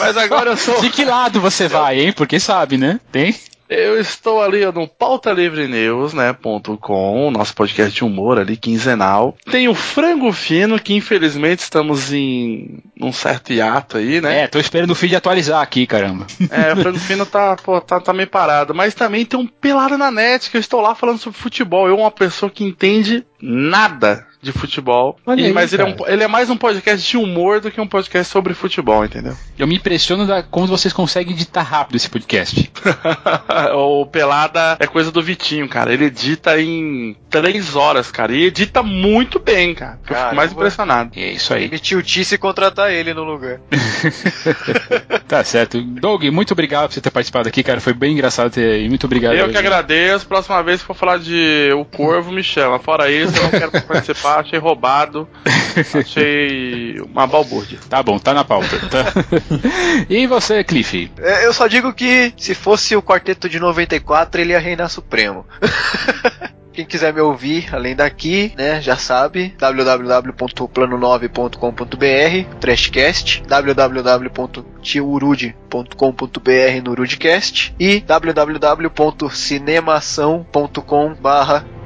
Mas agora eu sou. De que lado você vai, hein? Porque sabe, né? Tem? Eu estou ali no Pauta Livre News, né, ponto com, nosso podcast de humor ali, quinzenal. Tem o Frango Fino, que infelizmente estamos em um certo hiato aí, né? É, tô esperando o feed atualizar aqui, caramba. É, o Frango Fino tá, pô, tá, tá meio parado. Mas também tem um Pelada na Net, que eu estou lá falando sobre futebol. Eu, uma pessoa que entende nada de futebol. Olha E- aí, mas ele é, um- cara. ele é mais um podcast de humor do que um podcast sobre futebol, entendeu? Eu me impressiono da como vocês conseguem editar rápido esse podcast. o Pelada é coisa do Vitinho, cara. Ele edita em três horas, cara. E edita muito bem, cara. Eu fico Caramba. mais impressionado. E é isso aí. Emitiu o Tice e contratar ele no lugar. Tá certo. Doug, muito obrigado por você ter participado aqui, cara. Foi bem engraçado ter. E muito obrigado. Eu que agradeço. Próxima vez que for falar de O Corvo, me chama. Fora isso, eu não quero participar. Achei roubado. Achei uma balbúrdia. Tá bom, tá na pauta. tá? e você, Cliff? É, Eu só digo que se fosse o quarteto de 94, ele ia reinar supremo. Quem quiser me ouvir, além daqui, né, já sabe, www.plano9.com.br, Trashcast, www.tiurude.com.br no Rudecast e www.cinemação.com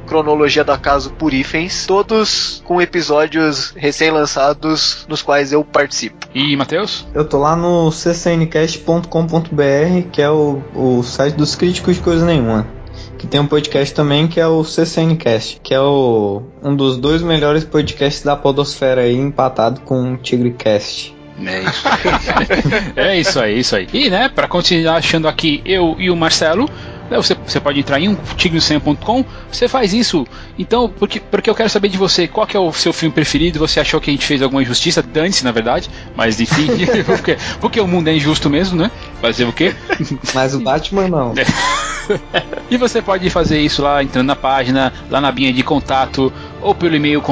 cronologia do acaso por hífens, todos com episódios recém-lançados nos quais eu participo. E Matheus? Eu tô lá no ccncast.com.br, que é o, o site dos críticos de coisa nenhuma. Que tem um podcast também que é o CCNcast, que é o, um dos dois melhores podcasts da Podosfera aí, empatado com o Tigrecast. É isso aí. é isso aí, isso aí. E, né, pra continuar achando aqui eu e o Marcelo, né, você, você pode entrar em um tigre100.com, você faz isso. Então, porque, porque eu quero saber de você, qual que é o seu filme preferido? Você achou que a gente fez alguma injustiça? Dane-se, na verdade. Mas, enfim, porque, porque o mundo é injusto mesmo, né? Fazer o quê? Mas o Batman não. E você pode fazer isso lá entrando na página, lá na binha de contato, ou pelo e-mail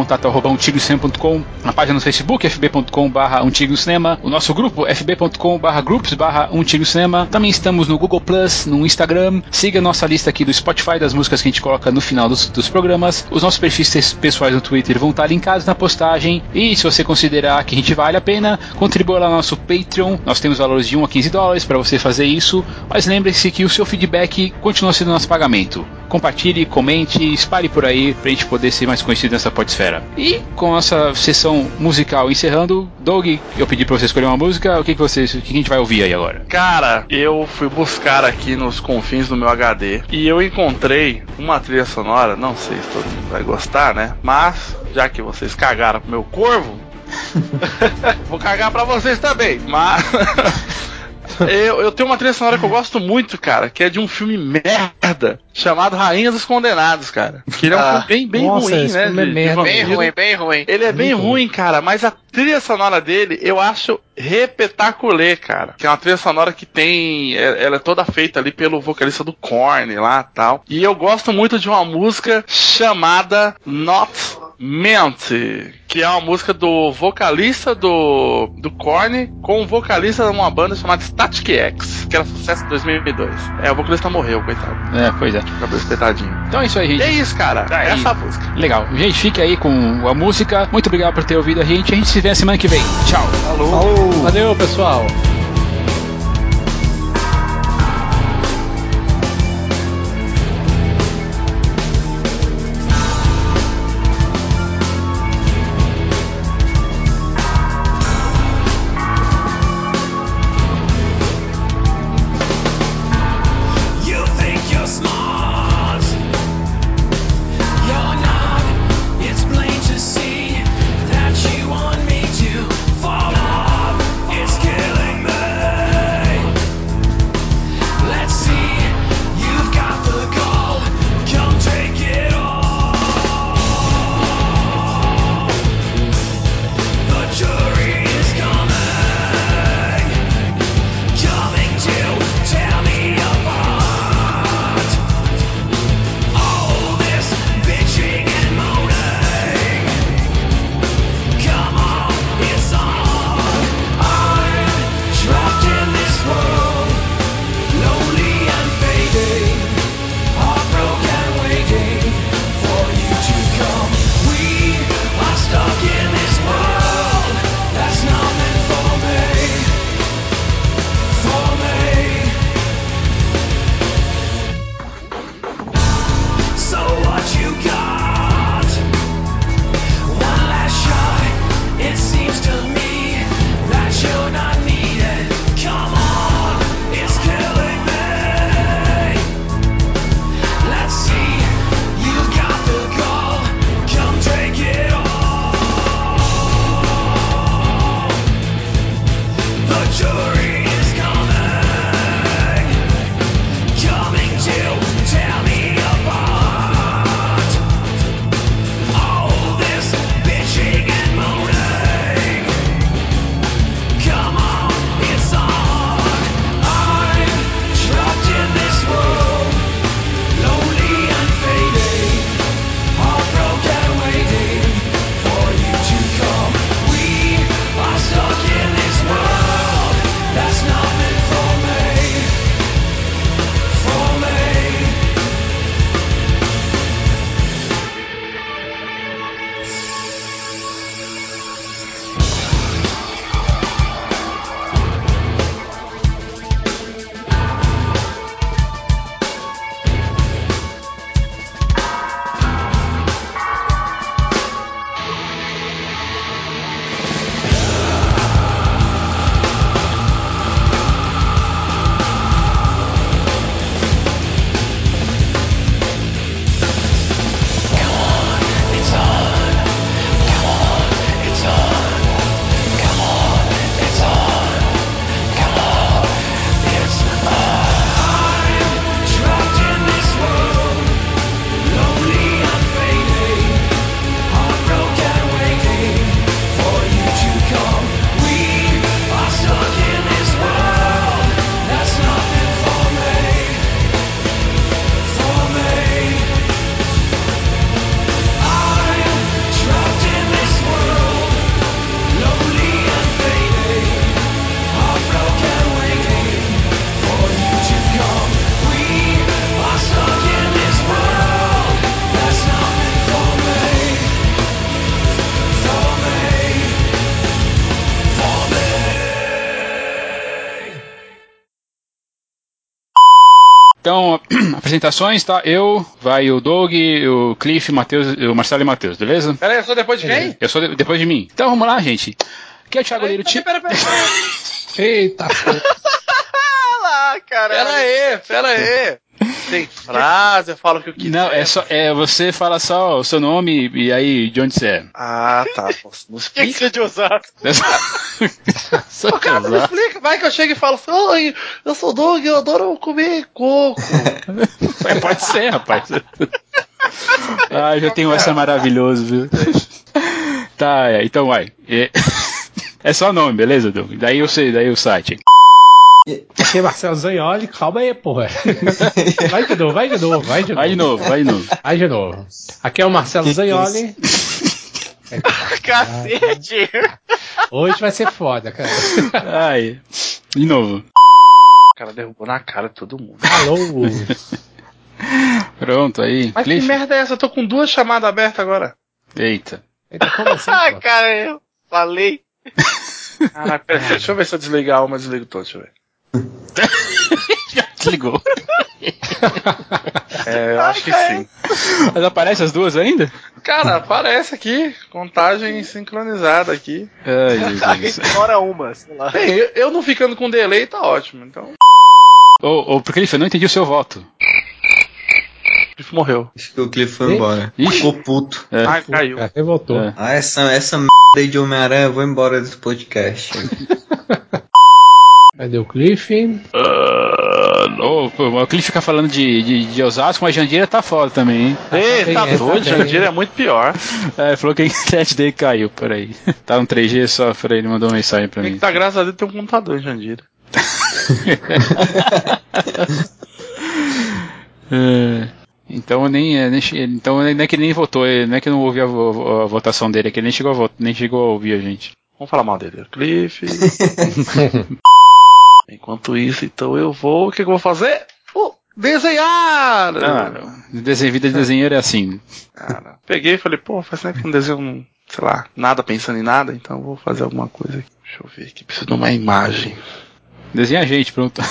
contato.untigocinema.com, na página no Facebook, fb.com barra Cinema, o nosso grupo, fb.com barra groups barra Cinema. Também estamos no Google Plus, no Instagram. Siga nossa lista aqui do Spotify das músicas que a gente coloca no final dos, dos programas. Os nossos perfis pessoais no Twitter vão estar linkados na postagem. E se você considerar que a gente vale a pena, contribua lá no nosso Patreon. Nós temos valores de 1 a 15 dólares para você fazer isso. Mas lembre-se que o seu feedback continua sendo nosso pagamento. Compartilhe, comente, espalhe por aí pra gente poder ser mais conhecido nessa podesfera. E com essa sessão musical encerrando, Doug, eu pedi pra você escolher uma música. O que, que, vocês, o que a gente vai ouvir aí agora? Cara, eu fui buscar aqui nos confins do meu HD e eu encontrei uma trilha sonora. Não sei se todo mundo vai gostar, né? Mas, já que vocês cagaram pro meu corvo, vou cagar pra vocês também. Mas. Eu, eu tenho uma trilha sonora que eu gosto muito, cara, que é de um filme merda chamado Rainha dos Condenados, cara. Que ele é um Ah, filme bem, bem nossa, ruim, esse né? filme é merda. Bem vampiro. ruim, bem ruim. Ele é bem ruim, cara, mas a trilha sonora dele eu acho repetaculê, cara. Que é uma trilha sonora que tem. é- Ela é toda feita ali pelo vocalista do Korn lá e tal. E eu gosto muito de uma música chamada Not Meant, que é uma música do vocalista do, do Korn com o vocalista de uma banda chamada Static X, que era sucesso em 2002. É, o vocalista morreu, coitado. É, pois é. Cabelo espetadinho. Então é isso aí, E gente. é isso, cara. Tá É aí. essa a música. Legal. Gente, fique aí com a música. Muito obrigado por ter ouvido a gente. A gente se vê na semana que vem. Tchau. Falou! Valeu, pessoal. You think you're smart. You're not. It's plain to see that you want me to fall off. It's killing me. Então, apresentações, tá? Eu, vai o Doug, o Cliff, o Matheus, o Marcelo e o Matheus, beleza? Pera aí, eu sou depois de quem? Eu sou de- depois de mim. Então vamos lá, gente. Aqui é o Thiago Leiro. Ti- Pera, pera, pera. Eita, Ah, pera caralho. aí, pera aí. Tem frase, eu falo o que eu quiser. Não, é só. É, você fala só o seu nome e aí de onde você é. Ah, tá. pô, Não Tinha que explica. ser de Osasco. Só Cara, não casar. explica. Vai que eu chego e falo assim, "Oi, eu sou o Doug, eu adoro comer coco. É, pode ser, rapaz. ah, já tenho essa maravilhoso, viu? tá, é, então vai. É, é só nome, beleza, Doug? Daí eu sei, daí o site. Aqui é Marcelo Zanioli, calma aí, porra. Vai de novo, vai de novo, vai de novo. Vai de novo, vai de novo. Vai de novo. Aqui é o Marcelo Zanioli. Cacete. Hoje vai ser foda, cara. Ai, de novo. O cara derrubou na cara de todo mundo. Alô. Pronto, aí. Mas que Cliff. merda é essa? Eu tô com duas chamadas abertas agora. Eita. Eita, como assim, Ah, pô? cara, eu falei. Caraca, pera aí, deixa eu ver se eu desligar uma, eu desligo todas, deixa eu ver. Desligou. É, eu acho que sim. Mas aparece as duas ainda? Cara, aparece aqui, contagem sincronizada aqui. Ai, Jesus. Fora uma, sei lá. Bem, eu, eu não ficando com delay tá ótimo, então... Ô, ô, Cliff, eu não entendi o seu voto. Cliff morreu. Acho que o Cliff foi embora. Ixi. Ficou puto. É. Ah, caiu. Cara, Ele voltou. É. Ah, essa, essa merda aí de Homem-Aranha, eu vou embora desse podcast. Cadê o Cliff? Ô, pô, o Cliff fica falando de, de, de Osasco, mas Jandira tá foda também, hein? Ei, tá bem, é, tá doido, bem. Jandira é muito pior. É, falou que a internet dele caiu, peraí. Tá no 3G só, peraí, ele mandou uma mensagem pra Tem que mim. tá, graças a Deus, tem um computador, Jandira. É, Então nem, é, nem che- então não é que nem votou, é, não é que não ouvi a, vo- a votação dele, é que ele nem chegou a voto, nem chegou a ouvir a gente. Vamos falar mal dele. É Cliff. Enquanto isso, então eu vou. O que, que eu vou fazer? Vou desenhar! Ah, desenho, vida de desenheiro é assim. Cara, peguei e falei, pô, faz tempo que eu não desenho, um, sei lá, nada pensando em nada, então eu vou fazer alguma coisa aqui. Deixa eu ver aqui, preciso de uma imagem. Desenha a gente, pronto.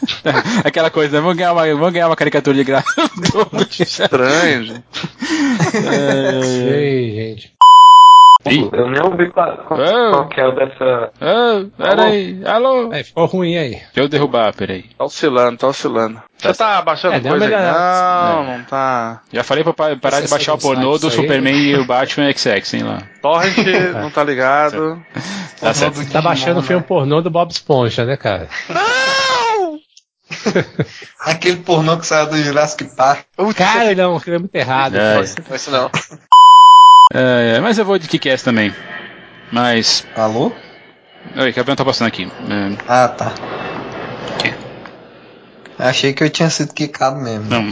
Aquela coisa, né? Vamos ganhar uma, vamos ganhar uma caricatura de graça. Tá Estranho, gente. É. Ei, gente. Ih, Eu nem ouvi qual, qual, Ah. qual que é o dessa. ah, peraí, alô? É, ficou ruim aí. Deixa eu derrubar, peraí. Tá oscilando, tá oscilando. Você tá baixando É, deu uma coisa aí? melhorada. É. Não, não tá. Já falei pra pa- parar de Essa baixar o sessão pornô site, do isso aí. Superman e o Batman XX, hein, lá. Torrent não tá ligado. Tá certo. Tá baixando o filme pornô do Bob Esponja, né, cara? Aquele pornô que saiu do Jurassic Park. Cara, não, aquilo é muito errado. É. pô. Não, isso não. É, mas eu vou de Kickass também. Mas. Alô? Oi, que avião tá passando aqui. É, Ah, tá. Achei que eu tinha sido quicado mesmo. não.